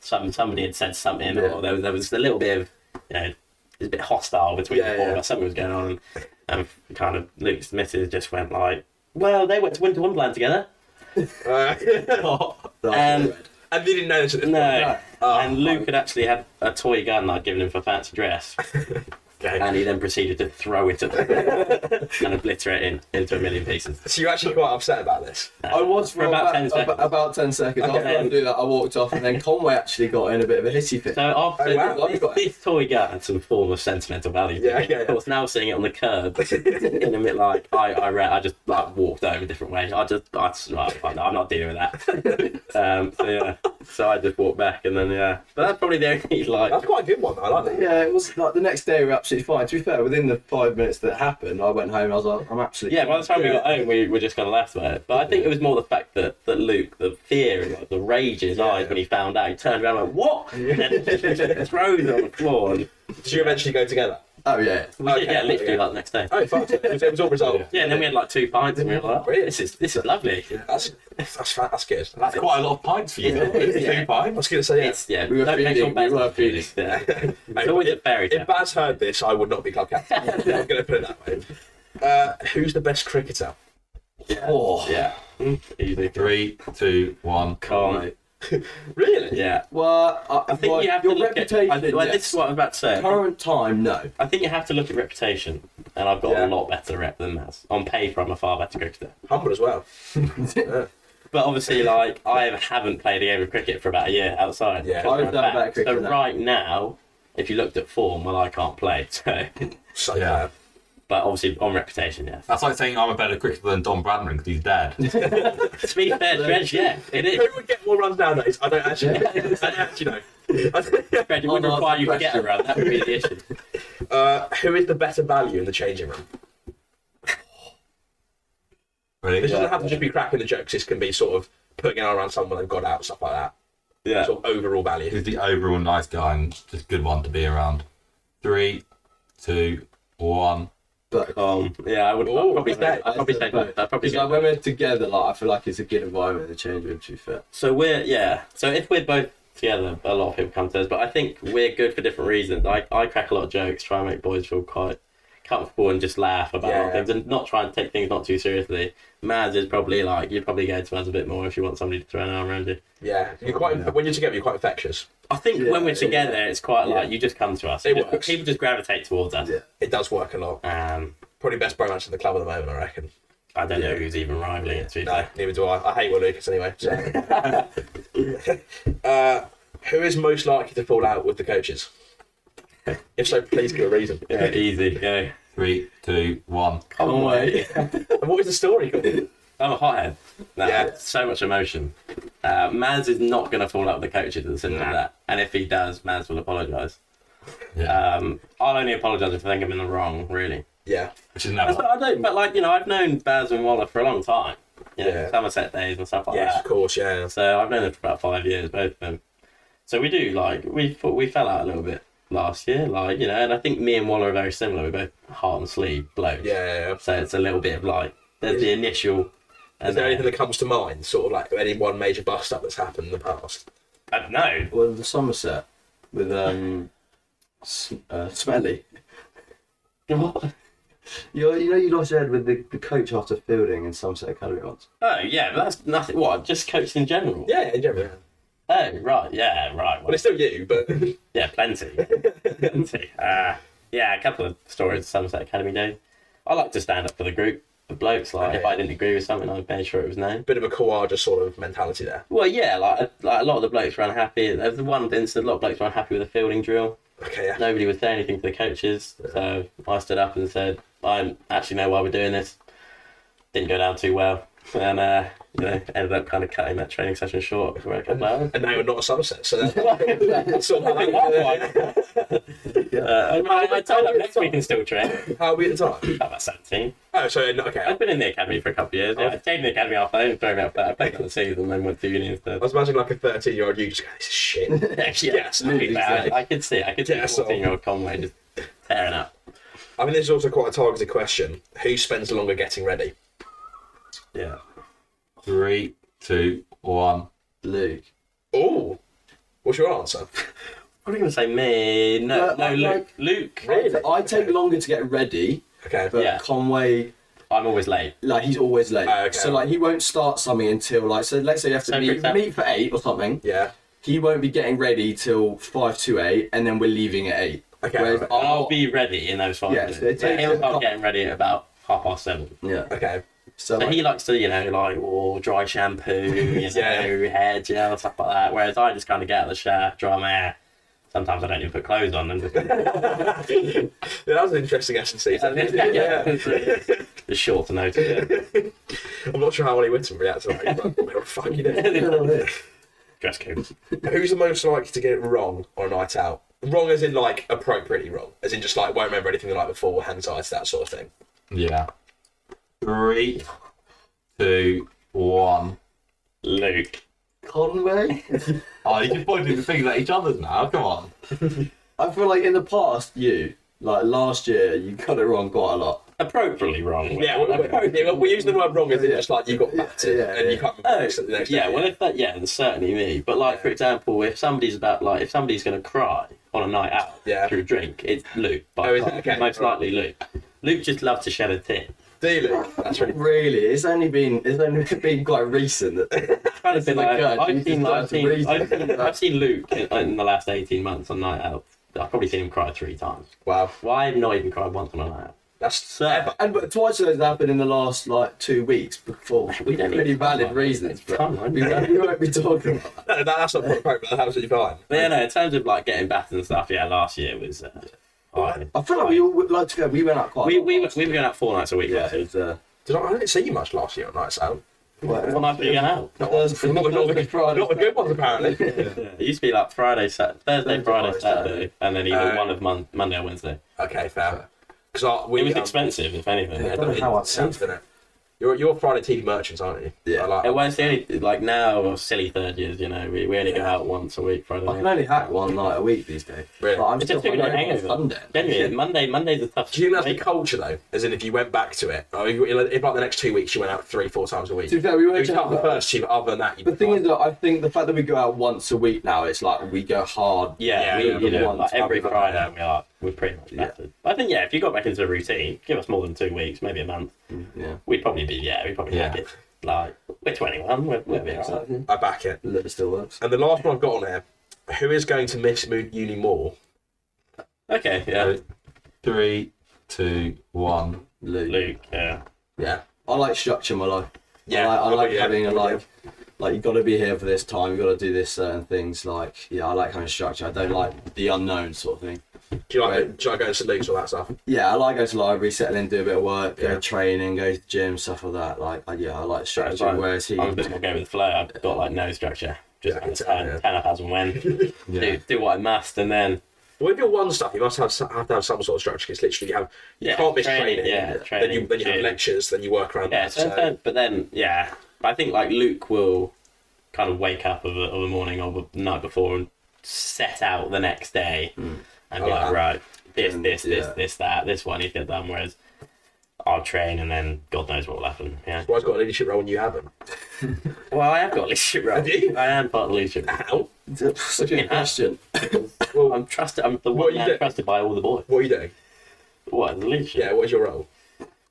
[SPEAKER 4] some somebody had said something,
[SPEAKER 2] Yeah.
[SPEAKER 4] or there was, there was a little bit of, you know, it was a bit hostile between
[SPEAKER 2] Yeah,
[SPEAKER 4] the four
[SPEAKER 2] yeah.
[SPEAKER 4] of us. Something was going on, and, and kind of Luke's missus just went like, "Well, they went to Winter Wonderland together,"
[SPEAKER 2] Uh,
[SPEAKER 4] and
[SPEAKER 2] and they didn't know this at this
[SPEAKER 4] no,
[SPEAKER 2] point. Oh,
[SPEAKER 4] and Luke had actually had a toy gun I'd given him for fancy dress,
[SPEAKER 2] Okay.
[SPEAKER 4] and he then proceeded to throw it at them and obliterate it in, into a million pieces.
[SPEAKER 2] so you're actually quite upset about this.
[SPEAKER 5] I was
[SPEAKER 4] For about 10
[SPEAKER 5] about,
[SPEAKER 4] seconds.
[SPEAKER 5] about 10 seconds.
[SPEAKER 2] Okay.
[SPEAKER 5] After I do that, I walked off, and then Conway actually got in a bit of a hissy fit.
[SPEAKER 4] So after
[SPEAKER 2] Oh, wow.
[SPEAKER 4] this, this toy gun had some form of sentimental value. to
[SPEAKER 2] Yeah,
[SPEAKER 4] me.
[SPEAKER 2] yeah,
[SPEAKER 4] Of course, now seeing it on the curb in the middle, like I, I, re- I just like walked over different ways. I just, I just right, fine, I'm not dealing with that. um, so yeah, so I just walked back and then yeah, but that's probably the only like.
[SPEAKER 2] That's quite a good one. I like that.
[SPEAKER 5] Yeah, it was like the next day we were absolutely fine. To be fair, within the five minutes that it happened, I went home. I was like, I'm absolutely
[SPEAKER 4] Yeah, by the time we got home, we were just kind of laughed about it. But I think it was more the fact that, that Luke, the fear, and like, the rage in his eyes when he found out, he turned around and went, What? And then throws it on the floor. And
[SPEAKER 2] Did you eventually go together?
[SPEAKER 5] Oh yeah,
[SPEAKER 4] we did,
[SPEAKER 2] Okay.
[SPEAKER 4] yeah, literally like the next day.
[SPEAKER 2] Oh, fuck. it was- it was all resolved.
[SPEAKER 4] Yeah, and then we had like two pints, and we were like,
[SPEAKER 2] Really?
[SPEAKER 4] "This is this is lovely."
[SPEAKER 2] That's, that's, fa- that's good.
[SPEAKER 4] That's
[SPEAKER 2] quite a lot of pints for you. Two pints. I was going to say, yeah.
[SPEAKER 4] It's yeah,
[SPEAKER 5] We were
[SPEAKER 4] no, next
[SPEAKER 5] feeding-
[SPEAKER 4] one better
[SPEAKER 5] we were
[SPEAKER 4] than
[SPEAKER 5] feeding.
[SPEAKER 4] feeding, Yeah. it's always a fairy tale.
[SPEAKER 2] If Baz heard this, I would not be club captain. I'm going to put it that way. Uh, who's the best cricketer?
[SPEAKER 5] Oh.
[SPEAKER 4] yeah, easy.
[SPEAKER 2] Three, two, one.
[SPEAKER 4] Can't.
[SPEAKER 2] Really?
[SPEAKER 4] Yeah,
[SPEAKER 5] Well, I,
[SPEAKER 4] I think
[SPEAKER 5] well,
[SPEAKER 4] you have
[SPEAKER 5] your
[SPEAKER 4] to look
[SPEAKER 5] reputation.
[SPEAKER 4] at. I think, well,
[SPEAKER 5] yes.
[SPEAKER 4] This is what I'm about to say. I think-
[SPEAKER 5] current time, no.
[SPEAKER 4] I think you have to look at reputation, and I've got
[SPEAKER 2] Yeah.
[SPEAKER 4] a lot better rep than Maz. On paper, I'm a far better cricketer,
[SPEAKER 2] Humble as well.
[SPEAKER 4] but obviously, like I haven't played a game of cricket for about a year outside.
[SPEAKER 2] Yeah.
[SPEAKER 4] because
[SPEAKER 5] I've
[SPEAKER 4] I'm
[SPEAKER 5] done a better
[SPEAKER 4] back.
[SPEAKER 5] cricket
[SPEAKER 4] So
[SPEAKER 5] than that.
[SPEAKER 4] right now, if you looked at form, well, I can't play. So,
[SPEAKER 2] So uh,
[SPEAKER 3] Yeah.
[SPEAKER 2] yeah.
[SPEAKER 4] but obviously on reputation, yeah.
[SPEAKER 3] That's like saying I'm a better cricketer than Don Bradman because he's dead.
[SPEAKER 4] To be fair, Dredge, yeah, it is.
[SPEAKER 2] Who would get more runs nowadays? I don't actually. I don't actually know. I don't-
[SPEAKER 4] Fred, it would
[SPEAKER 5] Oh, no,
[SPEAKER 4] require
[SPEAKER 5] that's
[SPEAKER 4] you
[SPEAKER 5] the
[SPEAKER 4] to get
[SPEAKER 5] question.
[SPEAKER 4] around. That would be the issue.
[SPEAKER 2] uh, who is the better value in the changing room? This
[SPEAKER 3] Really?
[SPEAKER 2] doesn't have to just be cracking the jokes. This can be sort of putting it around someone they've got out, stuff like that.
[SPEAKER 4] Yeah.
[SPEAKER 2] Sort of overall value.
[SPEAKER 3] He's the overall nice guy and just good one to be around. Three, two, one.
[SPEAKER 5] But
[SPEAKER 4] Um, yeah, I would I'd
[SPEAKER 2] Ooh,
[SPEAKER 4] probably say.
[SPEAKER 2] that-
[SPEAKER 4] I'd probably say.
[SPEAKER 5] But-
[SPEAKER 4] I'd probably
[SPEAKER 5] because, like,
[SPEAKER 4] say.
[SPEAKER 5] when we're together, like I feel like it's a good environment to change room. To be fair,
[SPEAKER 4] So we're yeah. So if we're both together, a lot of people come to us. But I think we're good for different reasons. I I crack a lot of jokes, try and make boys feel quite comfortable and just laugh about a lot of
[SPEAKER 2] Yeah.
[SPEAKER 4] things and not try and take things not too seriously. Maz is probably like you'd probably go to Maz a bit more if you want somebody to throw an arm around you.
[SPEAKER 2] Yeah. You're quite. When you're together, you're quite infectious.
[SPEAKER 4] I think
[SPEAKER 5] Yeah,
[SPEAKER 4] when we're
[SPEAKER 5] yeah.
[SPEAKER 4] together, it's quite like you just come to us.
[SPEAKER 2] It
[SPEAKER 4] Just-
[SPEAKER 2] works.
[SPEAKER 4] People just gravitate towards us.
[SPEAKER 2] It does work a lot.
[SPEAKER 4] Um,
[SPEAKER 2] Probably best bromance in the club at the moment, I reckon.
[SPEAKER 4] I don't know who's even rivaling it. To be
[SPEAKER 2] No,
[SPEAKER 4] fair.
[SPEAKER 2] neither do I. I hate Will Lucas anyway. So. uh, who is most likely to fall out with the coaches? If so, please give a reason.
[SPEAKER 4] Yeah, easy, go.
[SPEAKER 3] Three, two, one.
[SPEAKER 2] Oh,
[SPEAKER 5] Conway.
[SPEAKER 2] And what is the story?
[SPEAKER 4] I'm a hothead. No,
[SPEAKER 2] Yeah.
[SPEAKER 4] So much emotion. Uh, Maz is not going to fall out with the coaches at the simple of that. And if he does, Maz will apologise.
[SPEAKER 3] Yeah.
[SPEAKER 4] Um, I'll only apologise if I think I'm in the wrong, really.
[SPEAKER 2] Yeah.
[SPEAKER 3] Which is
[SPEAKER 4] But
[SPEAKER 3] never.
[SPEAKER 4] I don't, but like, you know, I've known Baz and Waller for a long time. You know,
[SPEAKER 2] Yeah.
[SPEAKER 4] Somerset days and stuff like
[SPEAKER 2] Yeah,
[SPEAKER 4] that.
[SPEAKER 2] of course, yeah.
[SPEAKER 4] So I've known them for about five years, both of them. So we do like we f- we fell out a little bit last year, like you know, and I think me and Waller are very similar. We're both heart and sleeve blokes.
[SPEAKER 2] Yeah.
[SPEAKER 4] So it's a little bit of like there's the initial. And
[SPEAKER 2] Is there
[SPEAKER 4] then-
[SPEAKER 2] anything that comes to mind, sort of like any one major bust up that's happened in the past?
[SPEAKER 4] I don't know.
[SPEAKER 5] well, the Somerset with um, S- uh, Smelly. You know, you know, you lost your head with the, the coach after fielding in Somerset Academy once.
[SPEAKER 4] Oh yeah, but that's nothing. What? Just coached in general?
[SPEAKER 2] Yeah, in general.
[SPEAKER 4] Oh right, yeah, right.
[SPEAKER 2] Well,
[SPEAKER 4] Well,
[SPEAKER 2] it's still you, but
[SPEAKER 4] yeah, plenty, plenty. Uh, yeah, a couple of stories. Somerset Academy days. I like to stand up for the group. the blokes. Like, if I didn't agree with something, I'd make sure it was known.
[SPEAKER 2] Bit of a Kawaja sort of mentality there.
[SPEAKER 4] Well, yeah, like, like a lot of the blokes were unhappy. There's one instance, a lot of blokes were unhappy with the fielding drill.
[SPEAKER 2] Okay, yeah.
[SPEAKER 4] Nobody would say anything to the coaches, so I stood up and said, "I actually know why we're doing this." Didn't go down too well, and uh, you know, ended up kind of cutting that training session short for a couple hours.
[SPEAKER 2] And now we're not a sunset, so that's so
[SPEAKER 4] Uh, I, I told them next week can still train.
[SPEAKER 2] How are we at the time?
[SPEAKER 4] About 17.
[SPEAKER 2] Oh, so okay.
[SPEAKER 4] I've
[SPEAKER 2] I
[SPEAKER 4] been in the academy for a couple of years. I stayed in the academy after I didn't throw me out for that. I played on the season and then went to uni instead.
[SPEAKER 2] was imagining like a 13 year old you just going, this is shit.
[SPEAKER 4] Actually,
[SPEAKER 2] yeah, absolutely.
[SPEAKER 4] I, I could see, I could see
[SPEAKER 2] Yeah,
[SPEAKER 4] a
[SPEAKER 2] so-
[SPEAKER 4] 14 year old Conway just tearing up.
[SPEAKER 2] I mean, this is also quite a targeted question. Who spends longer getting ready?
[SPEAKER 4] Yeah.
[SPEAKER 3] Three, two, one.
[SPEAKER 5] Luke.
[SPEAKER 2] Oh, what's your answer?
[SPEAKER 4] I was going to say me. No,
[SPEAKER 5] Uh,
[SPEAKER 4] no,
[SPEAKER 5] I'm
[SPEAKER 4] Luke.
[SPEAKER 5] like-
[SPEAKER 4] Luke.
[SPEAKER 5] I take longer to get ready,
[SPEAKER 2] Okay.
[SPEAKER 5] but
[SPEAKER 4] Yeah.
[SPEAKER 5] Conway,
[SPEAKER 4] I'm always late.
[SPEAKER 5] like he's always late.
[SPEAKER 2] Oh, okay.
[SPEAKER 5] So like he won't start something until like so. Let's say you have to
[SPEAKER 4] So, for
[SPEAKER 5] meet,
[SPEAKER 4] example-
[SPEAKER 5] meet for eight or something.
[SPEAKER 2] Yeah.
[SPEAKER 5] He won't be getting ready till five to eight, and then we're leaving at eight.
[SPEAKER 2] Okay,
[SPEAKER 5] Whereas
[SPEAKER 2] right.
[SPEAKER 5] I'll-
[SPEAKER 4] I'll be ready in those five
[SPEAKER 5] Yeah, so it
[SPEAKER 4] minutes. So
[SPEAKER 5] takes-
[SPEAKER 4] he'll start getting ready at about half past seven.
[SPEAKER 5] Yeah.
[SPEAKER 2] Okay.
[SPEAKER 5] So,
[SPEAKER 4] So
[SPEAKER 5] like,
[SPEAKER 4] he likes to, you know, like or dry shampoo, you know, hair gel, stuff like that. Whereas I just kind of get out of the shower, dry my hair. Sometimes I don't even put clothes on. And just,
[SPEAKER 2] Yeah, that was an interesting S and C.
[SPEAKER 4] Just short to notice. Yeah.
[SPEAKER 2] I'm not sure how Ollie Whitton reacts to that, but we're fucking it.
[SPEAKER 4] Dress code.
[SPEAKER 2] Who's the most likely to get it wrong on a night out? Wrong as in like appropriately wrong, as in just like won't remember anything the night before, hangs eyes, that sort of thing.
[SPEAKER 3] Yeah. Three, two, one.
[SPEAKER 4] Luke.
[SPEAKER 5] Conway.
[SPEAKER 3] Oh, you can point the fingers at each other now. Come on.
[SPEAKER 5] I feel like in the past, you like last year, you got it wrong quite a lot.
[SPEAKER 4] Appropriately wrong.
[SPEAKER 2] Yeah, we're, we're, yeah, we're using the word wrong as in just like you got battered
[SPEAKER 5] Yeah,
[SPEAKER 2] and you
[SPEAKER 5] yeah.
[SPEAKER 2] can't remember
[SPEAKER 4] Oh,
[SPEAKER 2] the next
[SPEAKER 4] yeah,
[SPEAKER 2] day.
[SPEAKER 4] well, if that, yeah, then certainly me. But like, for example, if somebody's about, like, if somebody's going to cry on a night out
[SPEAKER 2] Yeah.
[SPEAKER 4] through drink, it's Luke. By
[SPEAKER 2] Oh, is
[SPEAKER 4] far.
[SPEAKER 2] it? Okay,
[SPEAKER 4] most
[SPEAKER 2] right.
[SPEAKER 4] likely Luke. Luke just loves to shed a tear.
[SPEAKER 2] Dealing. That's really
[SPEAKER 5] Really, it's only been it's only been quite recent that
[SPEAKER 4] Kind of been
[SPEAKER 5] like,
[SPEAKER 4] like,
[SPEAKER 5] God, you
[SPEAKER 4] I've,
[SPEAKER 5] just
[SPEAKER 4] seen,
[SPEAKER 5] don't
[SPEAKER 4] I've,
[SPEAKER 5] have to
[SPEAKER 4] seen,
[SPEAKER 5] reason.
[SPEAKER 4] I've, seen, I've seen Luke in, in the last 18 months on night out. I've probably seen him cry three times.
[SPEAKER 2] wow.
[SPEAKER 4] Why I've not even cried once on a night out?
[SPEAKER 2] That's
[SPEAKER 4] So,
[SPEAKER 5] and but twice of those happened in the last like two weeks before.
[SPEAKER 4] We don't need
[SPEAKER 5] really
[SPEAKER 4] to talk
[SPEAKER 5] valid
[SPEAKER 4] about
[SPEAKER 5] reasons,
[SPEAKER 4] it.
[SPEAKER 5] bro.
[SPEAKER 4] Come on.
[SPEAKER 5] We, won't- we won't be talking about that.
[SPEAKER 2] no, that, that's not appropriate, but that's absolutely fine.
[SPEAKER 4] but yeah, no, in terms of like getting battered and stuff, yeah, last year was. Uh, I,
[SPEAKER 5] I feel like we all would like to go. We went out quite.
[SPEAKER 4] we,
[SPEAKER 5] a lot.
[SPEAKER 4] we, were- we were going out four nights a week.
[SPEAKER 5] yeah,
[SPEAKER 4] Yeah.
[SPEAKER 5] it was, uh,
[SPEAKER 2] Did I, I didn't see you much last year on nights out.
[SPEAKER 4] What night were you going out?
[SPEAKER 2] Not,
[SPEAKER 5] Those-
[SPEAKER 2] not, not, not,
[SPEAKER 5] those
[SPEAKER 2] the,
[SPEAKER 5] Fridays.
[SPEAKER 2] not the good ones apparently.
[SPEAKER 4] Yeah, it used to be like Friday, Sat Thursday, Friday,
[SPEAKER 5] Friday,
[SPEAKER 4] Saturday, and then either
[SPEAKER 2] Oh.
[SPEAKER 4] one of mon- Monday or Wednesday.
[SPEAKER 2] Okay, fair. Because we
[SPEAKER 4] It was
[SPEAKER 2] um,
[SPEAKER 4] expensive, if anything.
[SPEAKER 2] I
[SPEAKER 4] It
[SPEAKER 2] don't know how I sounds, did it? You're, you're Friday TV merchants, aren't you?
[SPEAKER 5] Yeah.
[SPEAKER 2] I like,
[SPEAKER 4] was the only like now or silly third years. You know, we, we only go out once a week Friday.
[SPEAKER 5] I can
[SPEAKER 4] night.
[SPEAKER 5] only hack one night a week these days.
[SPEAKER 2] Really?
[SPEAKER 5] Like, I'm
[SPEAKER 4] It's
[SPEAKER 5] still
[SPEAKER 4] just people don't
[SPEAKER 5] hungover on
[SPEAKER 4] hang over.
[SPEAKER 5] Sunday.
[SPEAKER 4] Genuinely, Monday Monday's a tough.
[SPEAKER 2] do you think that's the
[SPEAKER 4] week.
[SPEAKER 2] culture though? As in, if you went back to it, or if, if like the next two weeks you went out three, four times a week.
[SPEAKER 5] To be fair, we
[SPEAKER 2] it
[SPEAKER 5] were
[SPEAKER 2] was tough the first two, but other than that, you.
[SPEAKER 5] The thing is, that I think the fact that we go out once a week now, it's like we go hard.
[SPEAKER 4] Yeah,
[SPEAKER 2] Yeah,
[SPEAKER 4] we,
[SPEAKER 2] yeah,
[SPEAKER 4] you
[SPEAKER 5] the
[SPEAKER 4] know,
[SPEAKER 5] ones
[SPEAKER 4] like every
[SPEAKER 5] I've-
[SPEAKER 4] Friday we are we're pretty much battered. I think yeah, if you got back into a routine, give us more than two weeks, maybe a month,
[SPEAKER 5] Yeah.
[SPEAKER 4] we'd probably be yeah, we'd probably
[SPEAKER 3] Yeah.
[SPEAKER 4] yeah. it. Like we're twenty one, we're, we're yeah, right.
[SPEAKER 2] I back it.
[SPEAKER 5] Liver still works.
[SPEAKER 2] And the last one I've got on there, who is going to miss mo- uni more?
[SPEAKER 4] Okay, yeah,
[SPEAKER 3] Three, two, one.
[SPEAKER 5] Luke.
[SPEAKER 4] Luke, yeah.
[SPEAKER 5] Yeah. I like structure in my life. Yeah. I like, I
[SPEAKER 2] I'm
[SPEAKER 5] like
[SPEAKER 2] with you,
[SPEAKER 5] having a
[SPEAKER 2] I'm
[SPEAKER 5] like,
[SPEAKER 2] with
[SPEAKER 5] like you got to be here for this time. You got to do this certain things. Like, yeah, I like having structure. I don't like the unknown sort of thing.
[SPEAKER 2] you. Do you like?
[SPEAKER 5] Right.
[SPEAKER 2] Do I go to Luke's all that stuff?
[SPEAKER 5] Yeah, I like go to library, settle in, do a bit of work, go
[SPEAKER 2] Yeah.
[SPEAKER 5] training, go to the gym, stuff like that. Like, I, yeah, I like
[SPEAKER 4] It's
[SPEAKER 5] structure.
[SPEAKER 4] like,
[SPEAKER 5] whereas he,
[SPEAKER 4] I'm a bit more go with the flow. I've got like no structure. Just
[SPEAKER 2] Yeah, I
[SPEAKER 4] kind
[SPEAKER 2] can
[SPEAKER 4] of
[SPEAKER 2] tell,
[SPEAKER 4] turn,
[SPEAKER 2] yeah.
[SPEAKER 4] turn up as and when. do, do what I must, and then
[SPEAKER 2] Well, if you're one stuff, you must have, s- have to have some sort of structure. Because literally, you have you
[SPEAKER 4] Yeah,
[SPEAKER 2] can't miss
[SPEAKER 4] training,
[SPEAKER 2] training.
[SPEAKER 4] yeah,
[SPEAKER 2] Then you
[SPEAKER 4] training,
[SPEAKER 2] then you have
[SPEAKER 4] gym.
[SPEAKER 2] lectures. Then you work around
[SPEAKER 4] yeah.
[SPEAKER 2] that.
[SPEAKER 4] So,
[SPEAKER 2] So,
[SPEAKER 4] but then yeah, but I think like Luke will kind of wake up of a, of a morning or the night before and set out the next day and be
[SPEAKER 2] Hmm. like
[SPEAKER 4] like,
[SPEAKER 2] that.
[SPEAKER 4] right, this, this, this,
[SPEAKER 5] yeah.
[SPEAKER 4] this, that, this one needs to get done. Whereas I'll train and then God knows what will happen. Yeah.
[SPEAKER 2] well, I've got a leadership role and you haven't.
[SPEAKER 4] Well, I have got a leadership role.
[SPEAKER 2] you?
[SPEAKER 4] I am part of the leadership. role.
[SPEAKER 2] How?
[SPEAKER 5] such a good question.
[SPEAKER 2] Well,
[SPEAKER 4] I'm trusted. I'm the
[SPEAKER 2] What
[SPEAKER 4] one
[SPEAKER 2] you
[SPEAKER 4] man
[SPEAKER 2] do-
[SPEAKER 4] trusted by all the boys.
[SPEAKER 2] what are you doing?
[SPEAKER 4] What the leadership?
[SPEAKER 2] Yeah, what is your role?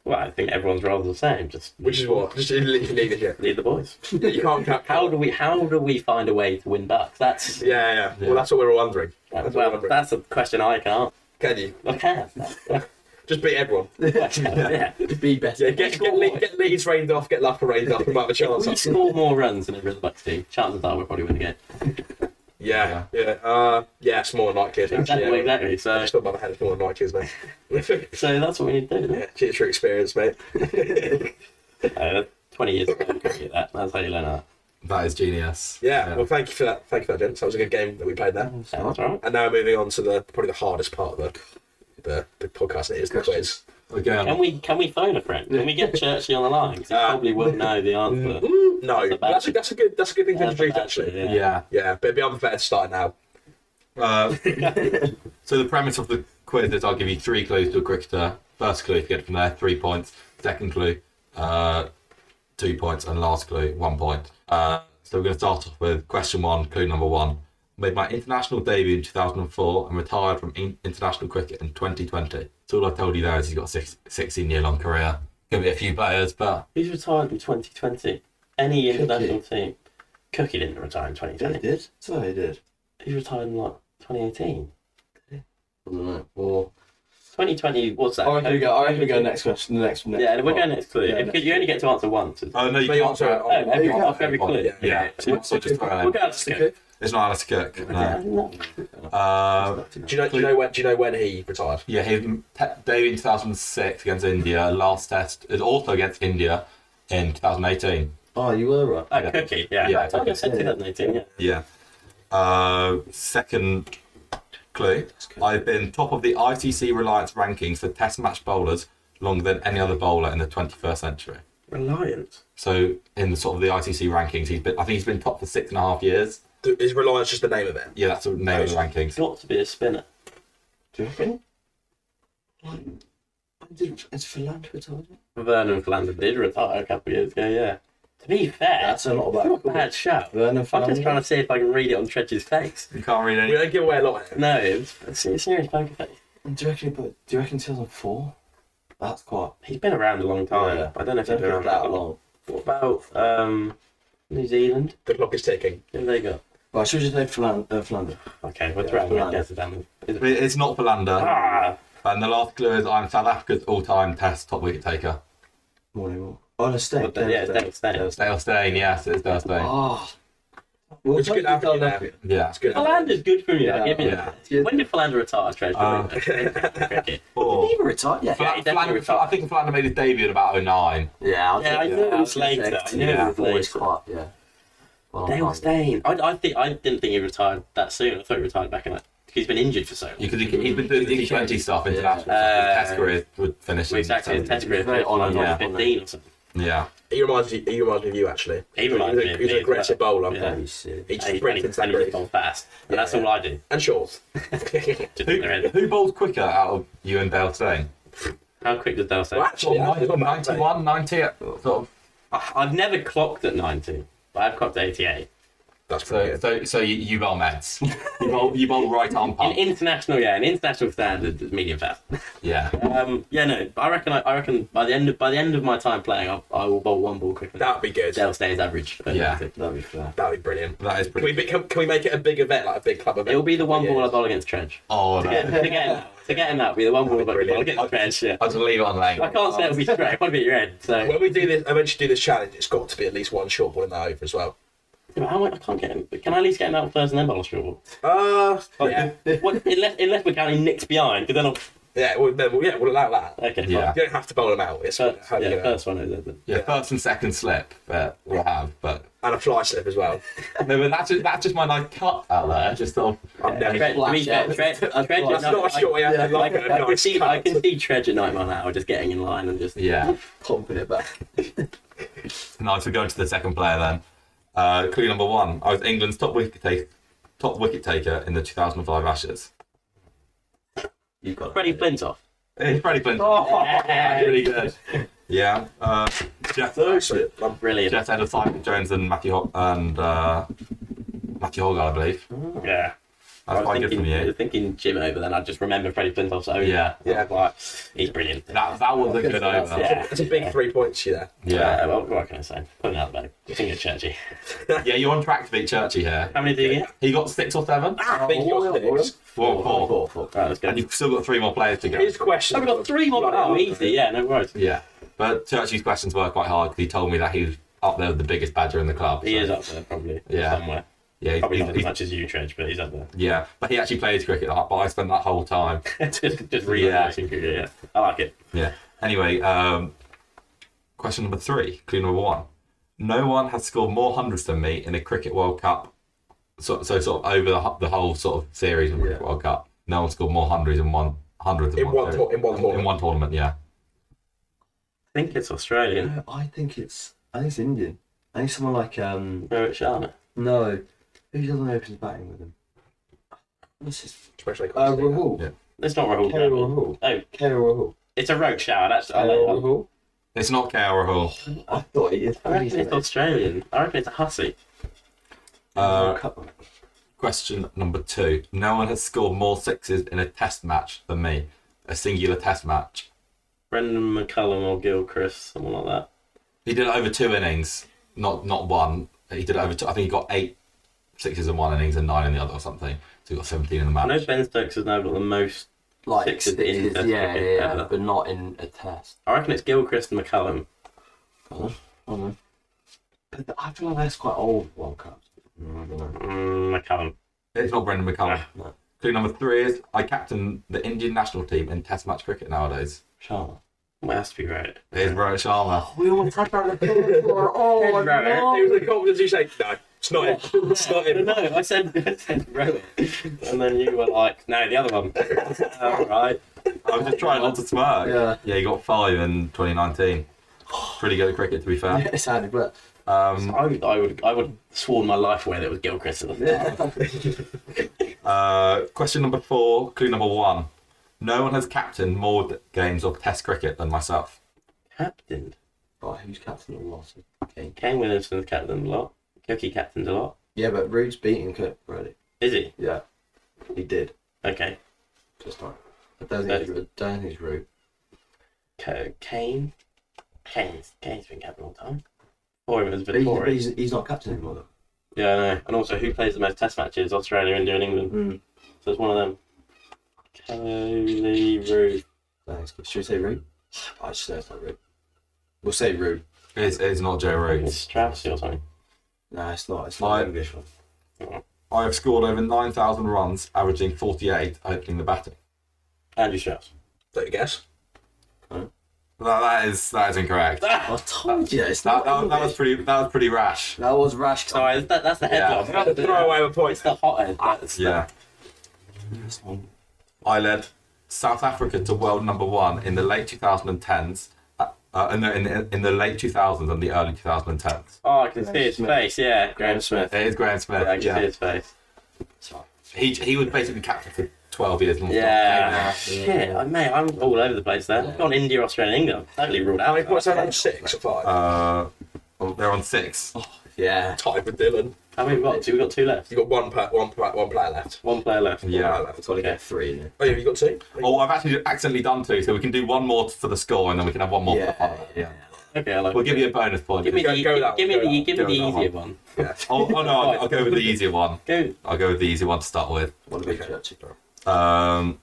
[SPEAKER 4] Well, I think everyone's roles are the same. Just
[SPEAKER 2] Which is what? Just literally leadership.
[SPEAKER 4] lead the boys.
[SPEAKER 2] You can't cap.
[SPEAKER 4] How do we? How do we find a way to win bucks? That's
[SPEAKER 2] Yeah, yeah, Well, that's what we're all wondering. That's what we're
[SPEAKER 4] well,
[SPEAKER 2] wondering.
[SPEAKER 4] that's a question I can't.
[SPEAKER 2] Can you?
[SPEAKER 4] I can.
[SPEAKER 2] Just beat everyone.
[SPEAKER 4] yeah.
[SPEAKER 5] Be better.
[SPEAKER 2] Yeah, get, get, Le- get Leeds rained off, get Lapa rained off, we might have a
[SPEAKER 4] If we
[SPEAKER 2] chance.
[SPEAKER 4] score more runs than a Rizbuck team, chances are we'll probably win the game.
[SPEAKER 2] Yeah, yeah, uh, yeah. It's more than likely, isn't it?
[SPEAKER 4] Exactly,
[SPEAKER 2] Yeah.
[SPEAKER 4] exactly.
[SPEAKER 2] I
[SPEAKER 4] So,
[SPEAKER 2] just thought about my head. It's more than likely, isn't it?
[SPEAKER 4] so that's what we need to do.
[SPEAKER 2] yeah, cheers for your experience, mate.
[SPEAKER 4] Uh, 20 years ago, we couldn't get that. That's how you learn that.
[SPEAKER 3] That is genius.
[SPEAKER 2] Yeah, well, thank you for that. Thank you for that, gents. That was a good game that we played there.
[SPEAKER 4] Yeah, that's all right.
[SPEAKER 2] And now we're moving on to the probably the hardest part of the the, the podcast. It is the quiz.
[SPEAKER 3] Again,
[SPEAKER 4] Can we can we phone a friend? Can we get Churchy on the line? 'Cause he probably will know the answer.
[SPEAKER 2] No,
[SPEAKER 4] a bad
[SPEAKER 2] that's a, that's a good that's a good thing to
[SPEAKER 4] Yeah,
[SPEAKER 2] introduce
[SPEAKER 4] but
[SPEAKER 2] actually.
[SPEAKER 4] that's-
[SPEAKER 3] yeah.
[SPEAKER 2] Yeah, but it'd be unfair to start now.
[SPEAKER 3] Uh, so the premise of the quiz is I'll give you three clues to a cricketer. First clue, if you get it from there, three points. Second clue, uh, two points, and last clue, one point. Uh, so we're going to start off with question one, clue number one. Made my international debut in 2004 and retired from in- international cricket in 2020. So all I told you there is he's got a six, 16 year long career. Could be a few players, but
[SPEAKER 4] Who's retired in 2020? Any international team? Cookie didn't retire in 2020.
[SPEAKER 5] did. So he did.
[SPEAKER 4] He retired in like 2018.
[SPEAKER 5] I don't know. Well,
[SPEAKER 4] 2020 was that?
[SPEAKER 5] I reckon we go. I reckon we go next question. The next. next
[SPEAKER 4] Yeah, we're
[SPEAKER 5] one.
[SPEAKER 4] going next clue.
[SPEAKER 5] Yeah,
[SPEAKER 4] If-
[SPEAKER 5] next
[SPEAKER 4] you only get to answer once.
[SPEAKER 3] oh no, you
[SPEAKER 2] But
[SPEAKER 3] can't
[SPEAKER 2] you answer it.
[SPEAKER 3] throw
[SPEAKER 4] Oh, every,
[SPEAKER 5] yeah.
[SPEAKER 4] off every clue.
[SPEAKER 2] Yeah.
[SPEAKER 3] it. Yeah, so you might as well just throw
[SPEAKER 4] We'll
[SPEAKER 3] it
[SPEAKER 4] go
[SPEAKER 3] in.
[SPEAKER 4] Alice Cook.
[SPEAKER 3] It's not Alice Cook.
[SPEAKER 4] Yeah,
[SPEAKER 3] No.
[SPEAKER 4] no.
[SPEAKER 3] Uh,
[SPEAKER 2] Do you know do you know when do you know when he retired?
[SPEAKER 3] Yeah, he te- debuted in 2006 against India. Last test is also against India in 2018.
[SPEAKER 5] Oh, you were right.
[SPEAKER 4] Oh, Cookie, yeah.
[SPEAKER 3] Yeah,
[SPEAKER 4] I thought I
[SPEAKER 3] Cookie.
[SPEAKER 4] said 2018, yeah.
[SPEAKER 3] Yeah. Uh, second clue. I've been top of the ITC Reliance rankings for test match bowlers longer than any other bowler in the 21st century.
[SPEAKER 4] Reliance.
[SPEAKER 3] So in the sort of the ITC rankings, he's been. I think he's been top for six and a half years.
[SPEAKER 2] Th- Is Reliance just the name of it?
[SPEAKER 3] Yeah, that's the name of the rankings.
[SPEAKER 4] It's got to be a spinner.
[SPEAKER 5] Do you reckon? Did, is Philander retired?
[SPEAKER 4] Vernon Philander did retire a couple of years ago, yeah. To be fair,
[SPEAKER 5] That's a lot of
[SPEAKER 4] it's not a
[SPEAKER 5] that.
[SPEAKER 4] bad shout.
[SPEAKER 5] Vernon
[SPEAKER 4] I'm just trying
[SPEAKER 5] Philander.
[SPEAKER 4] to see if I can read it on Tredge's face.
[SPEAKER 3] You can't read
[SPEAKER 2] We
[SPEAKER 3] any.
[SPEAKER 2] don't give away a lot. here.
[SPEAKER 4] No, it's, it's, it's near his poker face.
[SPEAKER 5] Do you reckon? he put- Do you reckon 2004? That's quite.
[SPEAKER 4] He's been around a long time.
[SPEAKER 5] Yeah.
[SPEAKER 4] Oh, I don't know if he's
[SPEAKER 5] Don't
[SPEAKER 4] been around
[SPEAKER 5] think that long.
[SPEAKER 4] What about um, New Zealand?
[SPEAKER 2] The clock is ticking.
[SPEAKER 4] Who have they got?
[SPEAKER 5] Well, I should just say Philander. Uh, Philander.
[SPEAKER 4] Okay, we're
[SPEAKER 5] Yeah,
[SPEAKER 4] throwing
[SPEAKER 5] Philander.
[SPEAKER 4] guess down.
[SPEAKER 3] But It's not Philander.
[SPEAKER 4] Ah,
[SPEAKER 3] And the last clue is I'm South Africa's all-time test top wicket taker.
[SPEAKER 5] Morning, more. Oh, no, stay.
[SPEAKER 4] But, yeah,
[SPEAKER 5] stay,
[SPEAKER 4] Dave Steyn.
[SPEAKER 3] Dale Steyn, yes, it's Dale Steyn.
[SPEAKER 5] Oh. Well,
[SPEAKER 2] It's a good avenue there.
[SPEAKER 3] Yeah.
[SPEAKER 2] It's a good. avenue.
[SPEAKER 4] Philander's good for me. I'll give you
[SPEAKER 3] yeah.
[SPEAKER 4] that. When did Philander retire, Tredge?
[SPEAKER 3] Uh,
[SPEAKER 4] Okay.
[SPEAKER 3] Or,
[SPEAKER 5] He retired. Yeah.
[SPEAKER 4] Yeah, he definitely
[SPEAKER 3] Flan- I think Flan made his debut in about 09.
[SPEAKER 5] Yeah.
[SPEAKER 4] Yeah, I know it was later. I know
[SPEAKER 5] Yeah.
[SPEAKER 4] it was
[SPEAKER 5] Always
[SPEAKER 4] later.
[SPEAKER 5] quite. Yeah. Oh, Well,
[SPEAKER 4] Dale Steyn. I, I think I didn't think he retired that soon. I thought he retired back in like he's been injured for so long.
[SPEAKER 3] Because he, he's been doing the 20 stuff international
[SPEAKER 4] Uh,
[SPEAKER 3] stuff. His test career would finish in
[SPEAKER 4] exactly. His test career
[SPEAKER 5] Very
[SPEAKER 4] finished like
[SPEAKER 5] on and off,
[SPEAKER 4] 15 or something.
[SPEAKER 3] Yeah.
[SPEAKER 2] He reminds me. He reminds me of you actually.
[SPEAKER 4] He reminds
[SPEAKER 2] He's a-
[SPEAKER 4] me of
[SPEAKER 2] He's
[SPEAKER 4] me
[SPEAKER 2] an
[SPEAKER 4] as well.
[SPEAKER 2] aggressive bowler.
[SPEAKER 4] Yeah.
[SPEAKER 2] He
[SPEAKER 4] And
[SPEAKER 2] just
[SPEAKER 4] he-
[SPEAKER 2] breaks
[SPEAKER 4] and
[SPEAKER 2] into
[SPEAKER 4] he- and
[SPEAKER 2] that
[SPEAKER 4] he just
[SPEAKER 2] break.
[SPEAKER 4] gone fast. And that's all I do.
[SPEAKER 2] and short.
[SPEAKER 4] Just
[SPEAKER 3] Who,
[SPEAKER 4] put it in.
[SPEAKER 3] who bowled quicker out of you and Dale Steyn?
[SPEAKER 4] How quick does Dale Steyn?
[SPEAKER 2] What? Actually, I think
[SPEAKER 3] 91, 90, uh, sort of.
[SPEAKER 4] I- I've never clocked at 90, but I've clocked at 88.
[SPEAKER 2] That's
[SPEAKER 3] So,
[SPEAKER 2] pretty good.
[SPEAKER 3] so, so you, you bowl meds. You bowl, you bowl right arm
[SPEAKER 4] In
[SPEAKER 3] pump.
[SPEAKER 4] international, yeah, in international standard, it's medium fast.
[SPEAKER 3] Yeah.
[SPEAKER 4] Um, yeah, no, I reckon. I, I reckon by the end of by the end of my time playing, I, I will bowl one ball quicker.
[SPEAKER 2] That'd be good.
[SPEAKER 4] Dale Steyn's average.
[SPEAKER 3] Yeah.
[SPEAKER 5] That'd be fair.
[SPEAKER 2] That'd be brilliant.
[SPEAKER 3] That is
[SPEAKER 2] Can we,
[SPEAKER 3] pretty.
[SPEAKER 2] be- can, can we make it a big event, like a big club event?
[SPEAKER 4] It'll be the one
[SPEAKER 2] Yeah.
[SPEAKER 4] ball I bowl against Trench.
[SPEAKER 3] Oh, no.
[SPEAKER 4] to get him out. To get him out, be the one ball that will get the bench. Yeah.
[SPEAKER 3] I'll just leave it on lane.
[SPEAKER 4] I can't say it'll be straight. It might be at your end. So
[SPEAKER 2] When we do this, eventually do this challenge, it's got to be at least one short ball in that over as well.
[SPEAKER 4] Yeah, but how am I I can't get him. But Can I at least get him out first and then bowl a straight ball?
[SPEAKER 2] Uh,
[SPEAKER 4] Oh,
[SPEAKER 2] yeah,
[SPEAKER 4] What, unless unless we're counting nicks behind, because then I'll
[SPEAKER 2] yeah, we'll, then we'll, yeah, we'll allow that.
[SPEAKER 4] okay.
[SPEAKER 3] Yeah.
[SPEAKER 2] You don't have to bowl them out. It's
[SPEAKER 4] Fine. First,
[SPEAKER 2] how you
[SPEAKER 4] yeah,
[SPEAKER 2] get
[SPEAKER 4] first one. is it?
[SPEAKER 3] Yeah, first and second slip, but we'll have. But
[SPEAKER 2] and a fly slip as well.
[SPEAKER 3] no, but that's just, that's just my nice cut out there. Just sort of
[SPEAKER 2] I've never.
[SPEAKER 4] Tre- to be fair,
[SPEAKER 5] Flash
[SPEAKER 4] Tre- Tre-
[SPEAKER 2] That's not a short.
[SPEAKER 4] I-
[SPEAKER 2] Yeah, I like it.
[SPEAKER 4] I can
[SPEAKER 2] Nice
[SPEAKER 4] see
[SPEAKER 2] cut.
[SPEAKER 4] I can see Treasure Nightmare now just getting in line and just
[SPEAKER 3] yeah.
[SPEAKER 5] Pumping it back.
[SPEAKER 3] Nice. We're going to the second player then. Uh, clue number one. I was England's top wicket take, top wicket taker in the 2005 Ashes.
[SPEAKER 5] You've got.
[SPEAKER 4] Freddie Flintoff.
[SPEAKER 3] It's Freddie Flint.
[SPEAKER 4] Oh, Yeah.
[SPEAKER 3] really good. Yeah. Uh, Jeff,
[SPEAKER 2] Sorry, I'm-
[SPEAKER 4] Brilliant.
[SPEAKER 3] Jeff had a Simon Jones and Matthew Ho- and uh, Matthew Hogarth, I believe.
[SPEAKER 4] Yeah. I
[SPEAKER 3] That's
[SPEAKER 4] was
[SPEAKER 3] quite good
[SPEAKER 4] thinking,
[SPEAKER 3] from
[SPEAKER 4] I
[SPEAKER 3] you.
[SPEAKER 4] was thinking Jimmo, but then I just remember Freddie Flintoff's over.
[SPEAKER 3] Yeah.
[SPEAKER 4] yeah. Like, he's brilliant.
[SPEAKER 3] That, that was a good over. Yeah.
[SPEAKER 4] Yeah.
[SPEAKER 2] It's a big three points, yeah.
[SPEAKER 4] Yeah,
[SPEAKER 3] Yeah.
[SPEAKER 4] Uh, well, what can I say? Putting out the bag. Singer Churchy.
[SPEAKER 3] you're on track to beat Churchy here.
[SPEAKER 4] How many do you get?
[SPEAKER 3] He got six or seven.
[SPEAKER 4] Oh,
[SPEAKER 2] I think you got six.
[SPEAKER 3] Four, four.
[SPEAKER 4] Right, let's go.
[SPEAKER 3] And you've still got three more players to go.
[SPEAKER 2] His question.
[SPEAKER 4] Oh, we've got three more. Oh, easy. Yeah, no worries.
[SPEAKER 3] Yeah. But Churchy's questions were quite hard because he told me that he was up there with the biggest badger in the club.
[SPEAKER 4] He
[SPEAKER 3] so-
[SPEAKER 4] is up there, probably.
[SPEAKER 3] Yeah.
[SPEAKER 4] Somewhere.
[SPEAKER 3] Yeah, he's,
[SPEAKER 4] Probably
[SPEAKER 3] he's,
[SPEAKER 4] not as
[SPEAKER 3] he's,
[SPEAKER 4] much as you, Trench, but he's up there.
[SPEAKER 3] yeah, but he actually plays cricket. Like, but I spent that whole time.
[SPEAKER 4] just just reading
[SPEAKER 3] Yeah.
[SPEAKER 4] that, I think, yeah. I like it.
[SPEAKER 3] Yeah. Anyway, um, question number three, clue number one. No one has scored more hundreds than me in a cricket World Cup. So, so sort of over the, hu- the whole sort of series of cricket World Cup, no one scored more hundreds in one hundreds
[SPEAKER 2] In one
[SPEAKER 3] series.
[SPEAKER 2] tour- in one
[SPEAKER 3] In
[SPEAKER 2] tournament.
[SPEAKER 3] one tournament, yeah.
[SPEAKER 4] I think it's Australian.
[SPEAKER 5] No, I think it's I think it's Indian. I think someone like um
[SPEAKER 4] Rohit Sharma.
[SPEAKER 5] no, who doesn't open batting with him? What's his
[SPEAKER 2] Especially like oh,
[SPEAKER 5] uh,
[SPEAKER 2] obviously, yeah.
[SPEAKER 5] Rahul?
[SPEAKER 3] Yeah.
[SPEAKER 4] It's not Rahul
[SPEAKER 5] Kerry
[SPEAKER 4] Dravid.
[SPEAKER 5] Rahul.
[SPEAKER 4] Oh,
[SPEAKER 5] Kerry Rahul.
[SPEAKER 4] it's a road shower. That's I,
[SPEAKER 5] Kerry
[SPEAKER 4] like,
[SPEAKER 5] Rahul.
[SPEAKER 3] It's not KR Rahul.
[SPEAKER 5] I thought he is.
[SPEAKER 4] I reckon it's Australian. I reckon it's a hussy.
[SPEAKER 3] Uh,
[SPEAKER 5] Cup.
[SPEAKER 3] Question number two. No one has scored more sixes in a test match than me. A singular test match.
[SPEAKER 4] Brendan McCullum or Gilchrist, someone like that.
[SPEAKER 3] He did it over two innings, not not one. He did it over two. I think he got eight sixes in one innings and nine in the other or something. So he got 17 in the
[SPEAKER 4] I know
[SPEAKER 3] match.
[SPEAKER 4] Ben Stokes has now got the most.
[SPEAKER 5] Like
[SPEAKER 4] Six is in
[SPEAKER 5] sixes,
[SPEAKER 4] test
[SPEAKER 5] yeah, yeah,
[SPEAKER 4] cricket,
[SPEAKER 5] yeah,
[SPEAKER 4] ever.
[SPEAKER 5] but not in a test.
[SPEAKER 4] I reckon it's Gilchrist and McCullum.
[SPEAKER 5] I don't know. But th- I feel like that's quite old World Cup.
[SPEAKER 4] Mm, McCullum.
[SPEAKER 3] It's not Brendan McCullum.
[SPEAKER 4] Ah, no.
[SPEAKER 3] Clue number three is I captain the Indian national team in test match cricket nowadays.
[SPEAKER 5] Sharma.
[SPEAKER 4] Well, it has to be right.
[SPEAKER 3] It is Rohit Sharma.
[SPEAKER 5] We almost had that Oh,
[SPEAKER 4] Ted Rowan.
[SPEAKER 5] no.
[SPEAKER 2] It was the confidence you say, no, it's not him. It's not him.
[SPEAKER 4] No, I said, I said Rowan. and then you were like, no, the other one. All right.
[SPEAKER 3] I was just trying not to smirk.
[SPEAKER 5] Yeah.
[SPEAKER 3] Yeah, he got five in 2019. Pretty good at cricket, to be fair.
[SPEAKER 5] It sounded but
[SPEAKER 3] Um,
[SPEAKER 4] I would, I would, I would have sworn my life away that it was Gilchrist.
[SPEAKER 3] uh, question number four, clue number one. No one has captained more d- games of test cricket than myself.
[SPEAKER 4] Captain.
[SPEAKER 5] oh, who's captain or lost? Okay.
[SPEAKER 4] Kane Williamson's captain a lot. Cookie captain's a lot.
[SPEAKER 5] Yeah, but Rude's beating Cook already.
[SPEAKER 4] Is he?
[SPEAKER 5] Yeah. He did.
[SPEAKER 4] Okay.
[SPEAKER 5] Just not. I don't think he's, I don't think he's Rude.
[SPEAKER 4] Co- Kane. Kane's Kane's been captain all the time. Or him as
[SPEAKER 5] But he's, but
[SPEAKER 4] Vittori.
[SPEAKER 5] he's, he's not captain anymore though.
[SPEAKER 4] Yeah, I know. And also, who plays the most Test matches? Australia, India, and England.
[SPEAKER 5] Mm.
[SPEAKER 4] So it's one of them. Coley Root.
[SPEAKER 5] Thanks. Should we say Rude? I just know it's not Rude. We'll say Rude.
[SPEAKER 3] It is, it is not Joe Root.
[SPEAKER 4] It's Travesty or something.
[SPEAKER 5] No, it's not. It's
[SPEAKER 3] Mine.
[SPEAKER 5] not an English one.
[SPEAKER 3] I have scored over 9,000 runs, averaging 48, opening the batting.
[SPEAKER 4] Andrew Strauss.
[SPEAKER 2] Don't you guess?
[SPEAKER 3] That, that is that is incorrect. That,
[SPEAKER 5] I told you, it's
[SPEAKER 3] that,
[SPEAKER 5] not.
[SPEAKER 3] was- that was
[SPEAKER 5] English.
[SPEAKER 3] pretty that was pretty rash.
[SPEAKER 5] that was rash. 'cause I-
[SPEAKER 4] Sorry, Oh, that, that's the headline.
[SPEAKER 3] Yeah.
[SPEAKER 4] That's
[SPEAKER 2] Throw away the
[SPEAKER 4] It's
[SPEAKER 2] points.
[SPEAKER 4] the hothead. That's
[SPEAKER 3] Yeah,
[SPEAKER 5] This one.
[SPEAKER 3] I led South Africa to world number one in the late 2010s, uh, uh, in, the, in, the, in the late 2000s and the early 2010s.
[SPEAKER 4] Oh, I can see his face. Yeah, Graham Smith.
[SPEAKER 3] It is Graham Smith.
[SPEAKER 4] Yeah, I can see
[SPEAKER 3] Yeah.
[SPEAKER 4] his face.
[SPEAKER 3] He, he was basically captain for 12 years. and-
[SPEAKER 4] Yeah. Shit, I mate, I'm all over the place there. I've gone India, Australia, and England. Totally ruled
[SPEAKER 2] How
[SPEAKER 4] out.
[SPEAKER 2] many points are they on? Six or five?
[SPEAKER 3] Uh, they're on six.
[SPEAKER 5] Oh, Yeah.
[SPEAKER 2] Tied with Dylan.
[SPEAKER 4] How many got? Two. We got two left.
[SPEAKER 2] You've got one, pa- one, pa- one player left.
[SPEAKER 4] One player left.
[SPEAKER 2] One
[SPEAKER 3] Yeah.
[SPEAKER 2] player left.
[SPEAKER 5] It's only got three. innit?
[SPEAKER 2] Oh, yeah, you got two?
[SPEAKER 3] Oh, I've actually accidentally done two, so we can do one more for the score, and then we can have one more. for the
[SPEAKER 5] Yeah.
[SPEAKER 3] final. yeah.
[SPEAKER 4] Okay, I like.
[SPEAKER 3] We'll give you a bonus point.
[SPEAKER 4] Give me
[SPEAKER 2] Go-
[SPEAKER 4] the.
[SPEAKER 2] go that
[SPEAKER 4] Give me
[SPEAKER 2] one, go
[SPEAKER 4] the.
[SPEAKER 2] that
[SPEAKER 4] Give me
[SPEAKER 3] one,
[SPEAKER 4] the
[SPEAKER 3] go that
[SPEAKER 4] easier one.
[SPEAKER 3] Oh, oh no, I'll, I'll go with the easier one.
[SPEAKER 4] Go.
[SPEAKER 3] I'll go with the easy one to start with.
[SPEAKER 5] What about Churchill?
[SPEAKER 3] Um,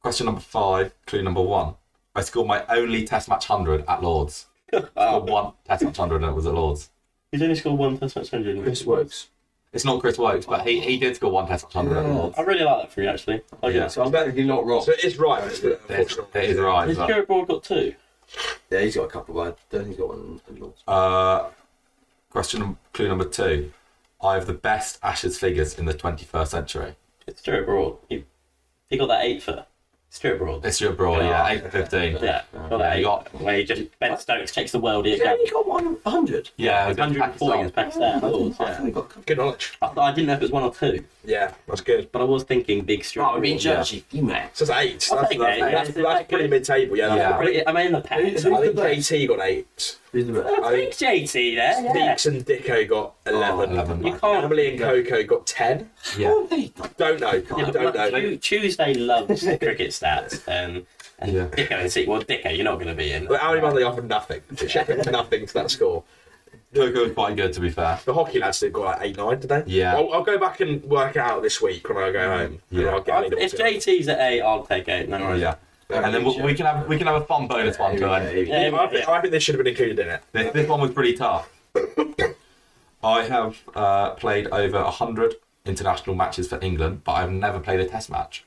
[SPEAKER 3] question number five, clue number one. I scored my only Test match hundred at Lords. I scored one Test match hundred, and it was at Lords.
[SPEAKER 4] He's only scored one Test match hundred.
[SPEAKER 5] Chris Wokes.
[SPEAKER 3] It's not Chris Wokes, but he, he did score one Test match hundred at Lords.
[SPEAKER 4] I really like that for you actually. Oh, I
[SPEAKER 3] Yeah.
[SPEAKER 4] guess.
[SPEAKER 5] So I'm definitely not wrong.
[SPEAKER 2] So it is right, but it's
[SPEAKER 3] It is- it
[SPEAKER 2] unfortunate.
[SPEAKER 3] is right.
[SPEAKER 4] Has
[SPEAKER 3] but-
[SPEAKER 4] Jared Broad got two?
[SPEAKER 5] Yeah, he's got a couple, but I don't think he's got one in Lords.
[SPEAKER 3] Uh, question clue number two. I have the best Ashes figures in the 21st century.
[SPEAKER 4] It's Jared Broad. He, he got that eight for. It's Jared Broad.
[SPEAKER 3] It's your abroad, yeah, eight for fifteen.
[SPEAKER 4] yeah. Got that
[SPEAKER 3] he
[SPEAKER 4] eight.
[SPEAKER 3] got-
[SPEAKER 4] Where he just Ben Stokes takes the world here.
[SPEAKER 5] Yeah,
[SPEAKER 4] Yeah.
[SPEAKER 5] he got one in 100.
[SPEAKER 3] Yeah, it was in
[SPEAKER 4] 140 against
[SPEAKER 3] Pakistan.
[SPEAKER 4] Pakistan. I thought,
[SPEAKER 5] I
[SPEAKER 4] yeah.
[SPEAKER 5] think he got a couple.
[SPEAKER 2] Good knowledge.
[SPEAKER 4] I, thought, I didn't know if it was one or two,
[SPEAKER 2] Yeah, that's good.
[SPEAKER 4] but I was thinking big straight.
[SPEAKER 5] Oh, I mean, Churchill, you man.
[SPEAKER 2] So that's eight. That's,
[SPEAKER 4] I'll
[SPEAKER 2] that's,
[SPEAKER 4] take
[SPEAKER 2] that's,
[SPEAKER 4] eight.
[SPEAKER 2] that's,
[SPEAKER 4] Yeah,
[SPEAKER 2] pretty mid table, yeah. that's
[SPEAKER 3] Yeah.
[SPEAKER 2] pretty-
[SPEAKER 4] Am I in the pack?
[SPEAKER 2] I think KT got eight.
[SPEAKER 4] I think JT there. Yeah.
[SPEAKER 2] Deeks and Dicko got 11.
[SPEAKER 3] 11.
[SPEAKER 4] You can't.
[SPEAKER 2] Emily and Coco got 10.
[SPEAKER 5] Oh,
[SPEAKER 3] Yeah.
[SPEAKER 2] Don't know. Don't know.
[SPEAKER 4] Tu- Tuesday loves cricket stats, and, and
[SPEAKER 3] Yeah.
[SPEAKER 4] Dicko and Seat. Well, Dicko, you're not going to be in.
[SPEAKER 2] But Ali Manley offered nothing. Sheffield nothing to that score.
[SPEAKER 3] Coco was quite good, to be fair.
[SPEAKER 2] The hockey lads did got like 8 9, did they?
[SPEAKER 3] Yeah.
[SPEAKER 2] I'll, I'll go back and work it out this week when I go home. and
[SPEAKER 3] Yeah.
[SPEAKER 2] I'll get
[SPEAKER 4] I-
[SPEAKER 2] Ali to
[SPEAKER 4] if
[SPEAKER 2] watch it.
[SPEAKER 4] JT's at eight, I'll take eight. No,
[SPEAKER 3] Oh,
[SPEAKER 4] worries.
[SPEAKER 3] yeah. And then we we can have we can have a fun bonus one to end.
[SPEAKER 2] Yeah, I, think, I think this should have been included in it.
[SPEAKER 3] This, this one was pretty tough. I have uh, played over 100 international matches for England, but I've never played a test match.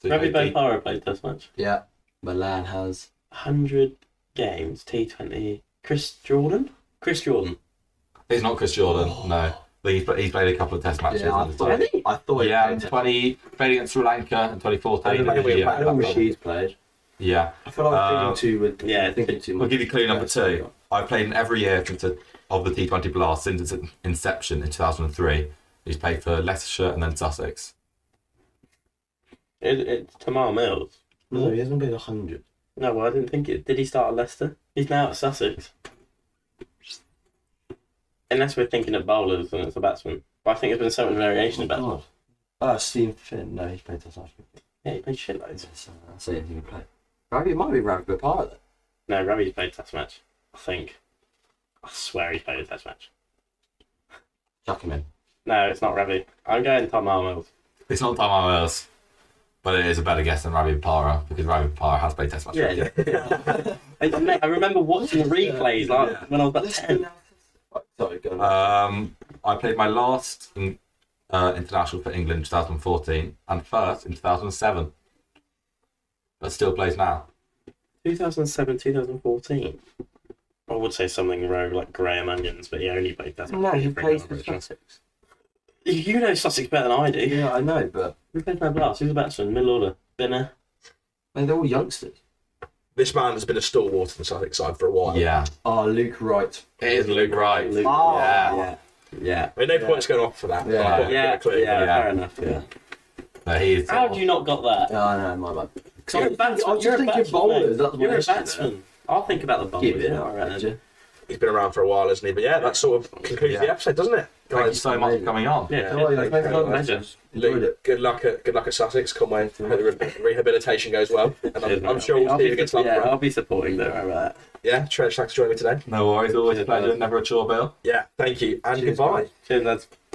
[SPEAKER 3] So
[SPEAKER 4] Robbie
[SPEAKER 3] JT
[SPEAKER 4] Bonifaro played Test match.
[SPEAKER 5] Yeah, Milan has.
[SPEAKER 4] 100 games, T20. Chris Jordan? Chris Jordan.
[SPEAKER 3] It's not Chris Jordan, no. I think he's, pla- he's played a couple of test matches.
[SPEAKER 5] Yeah, I
[SPEAKER 3] Yeah,
[SPEAKER 5] thought. I thought. he
[SPEAKER 3] yeah
[SPEAKER 5] played
[SPEAKER 3] in
[SPEAKER 5] it.
[SPEAKER 3] 20, played against Sri Lanka in 2014.
[SPEAKER 2] I don't know
[SPEAKER 3] Yeah,
[SPEAKER 5] I don't know
[SPEAKER 3] yeah.
[SPEAKER 5] if she's played. Um,
[SPEAKER 3] yeah. Um,
[SPEAKER 5] I feel like
[SPEAKER 3] I'm
[SPEAKER 5] thinking too with
[SPEAKER 4] yeah,
[SPEAKER 5] thinking too
[SPEAKER 3] We'll give you clue number two. I've played in every year since the, of the T20 Blast since its inception in 2003. He's played for Leicestershire and then Sussex.
[SPEAKER 4] It, it's Tamar Mills.
[SPEAKER 5] No, he hasn't played a hundred.
[SPEAKER 4] No, well, I didn't think it. Did he start at Leicester? He's now at Sussex. Unless we're thinking of bowlers and it's a batsman. But I think there's been so much variation about
[SPEAKER 5] Oh, uh, Steve Finn. No, he's played Test match.
[SPEAKER 4] Yeah, he played shitloads.
[SPEAKER 5] That's the only thing he played. Rugby it might be rugby part.
[SPEAKER 4] No, Ravi's played Test match. I think. I swear he played a Test match.
[SPEAKER 5] Chuck him in.
[SPEAKER 4] No, it's not Ravi. I'm going Tamar Mills.
[SPEAKER 3] It's not Tom Wells, but it is a better guess than Ravi Para because Ravi Para has played Test matches.
[SPEAKER 4] Yeah. I, I remember watching the replays like, when I was about 10.
[SPEAKER 5] Oh, Sorry, go on.
[SPEAKER 3] Um, I played my last in, uh, international for England in 2014 and first in 2007. But still plays now.
[SPEAKER 4] 2007, 2014. I would say something around like Graham Onions, but he only played that.
[SPEAKER 5] no, he plays for Sussex.
[SPEAKER 4] You- You know Sussex better than I do.
[SPEAKER 5] Yeah, I know, but
[SPEAKER 4] Who played my blast? Who's the batsman? Middle order. Binner.
[SPEAKER 5] I mean, they're all youngsters.
[SPEAKER 2] This man has been a stalwart on the Sussex side for a while.
[SPEAKER 3] Yeah.
[SPEAKER 5] Oh, Luke Wright.
[SPEAKER 3] It is Luke Wright.
[SPEAKER 4] Luke.
[SPEAKER 5] Oh,
[SPEAKER 3] Yeah.
[SPEAKER 4] Yeah.
[SPEAKER 2] I mean, no points going off for that.
[SPEAKER 5] Yeah.
[SPEAKER 2] I've
[SPEAKER 4] Yeah.
[SPEAKER 2] got a
[SPEAKER 4] Yeah,
[SPEAKER 2] bit of a clue.
[SPEAKER 4] fair enough. Yeah.
[SPEAKER 3] No, he is.
[SPEAKER 4] How have you not got that?
[SPEAKER 5] Oh, no, my bad.
[SPEAKER 4] You're a batsman.
[SPEAKER 5] I was just
[SPEAKER 4] You're a
[SPEAKER 5] thinking
[SPEAKER 4] batsman,
[SPEAKER 5] bowlers,
[SPEAKER 4] mate.
[SPEAKER 5] that's my
[SPEAKER 4] You're a
[SPEAKER 5] issue there.
[SPEAKER 4] batsman. I'll think about the bowlers.
[SPEAKER 5] Give it
[SPEAKER 4] all right,
[SPEAKER 5] up,
[SPEAKER 4] then.
[SPEAKER 5] Roger.
[SPEAKER 2] He's been around for a while, hasn't he? But yeah, that sort of concludes
[SPEAKER 3] Yeah.
[SPEAKER 2] the episode, doesn't it?
[SPEAKER 3] Thank you
[SPEAKER 2] Guys,
[SPEAKER 3] so much for coming on.
[SPEAKER 4] Yeah.
[SPEAKER 5] Oh, yeah, thanks,
[SPEAKER 4] Pleasure.
[SPEAKER 5] guys. Enjoyed
[SPEAKER 2] Luke,
[SPEAKER 5] it.
[SPEAKER 2] good luck at good luck at Sussex. Conway, hope the re- rehabilitation goes well, and I'm, I'm sure we'll
[SPEAKER 4] I'll
[SPEAKER 2] see you
[SPEAKER 4] be,
[SPEAKER 2] again
[SPEAKER 4] yeah,
[SPEAKER 2] tomorrow.
[SPEAKER 4] I'll be supporting them. All right.
[SPEAKER 2] Yeah, Trent, thanks for joining me today.
[SPEAKER 3] No worries. Always a pleasure. Never a chore, Bill.
[SPEAKER 2] Yeah, thank you and
[SPEAKER 5] Cheers,
[SPEAKER 2] goodbye.
[SPEAKER 5] guys.
[SPEAKER 4] Cheers, lads.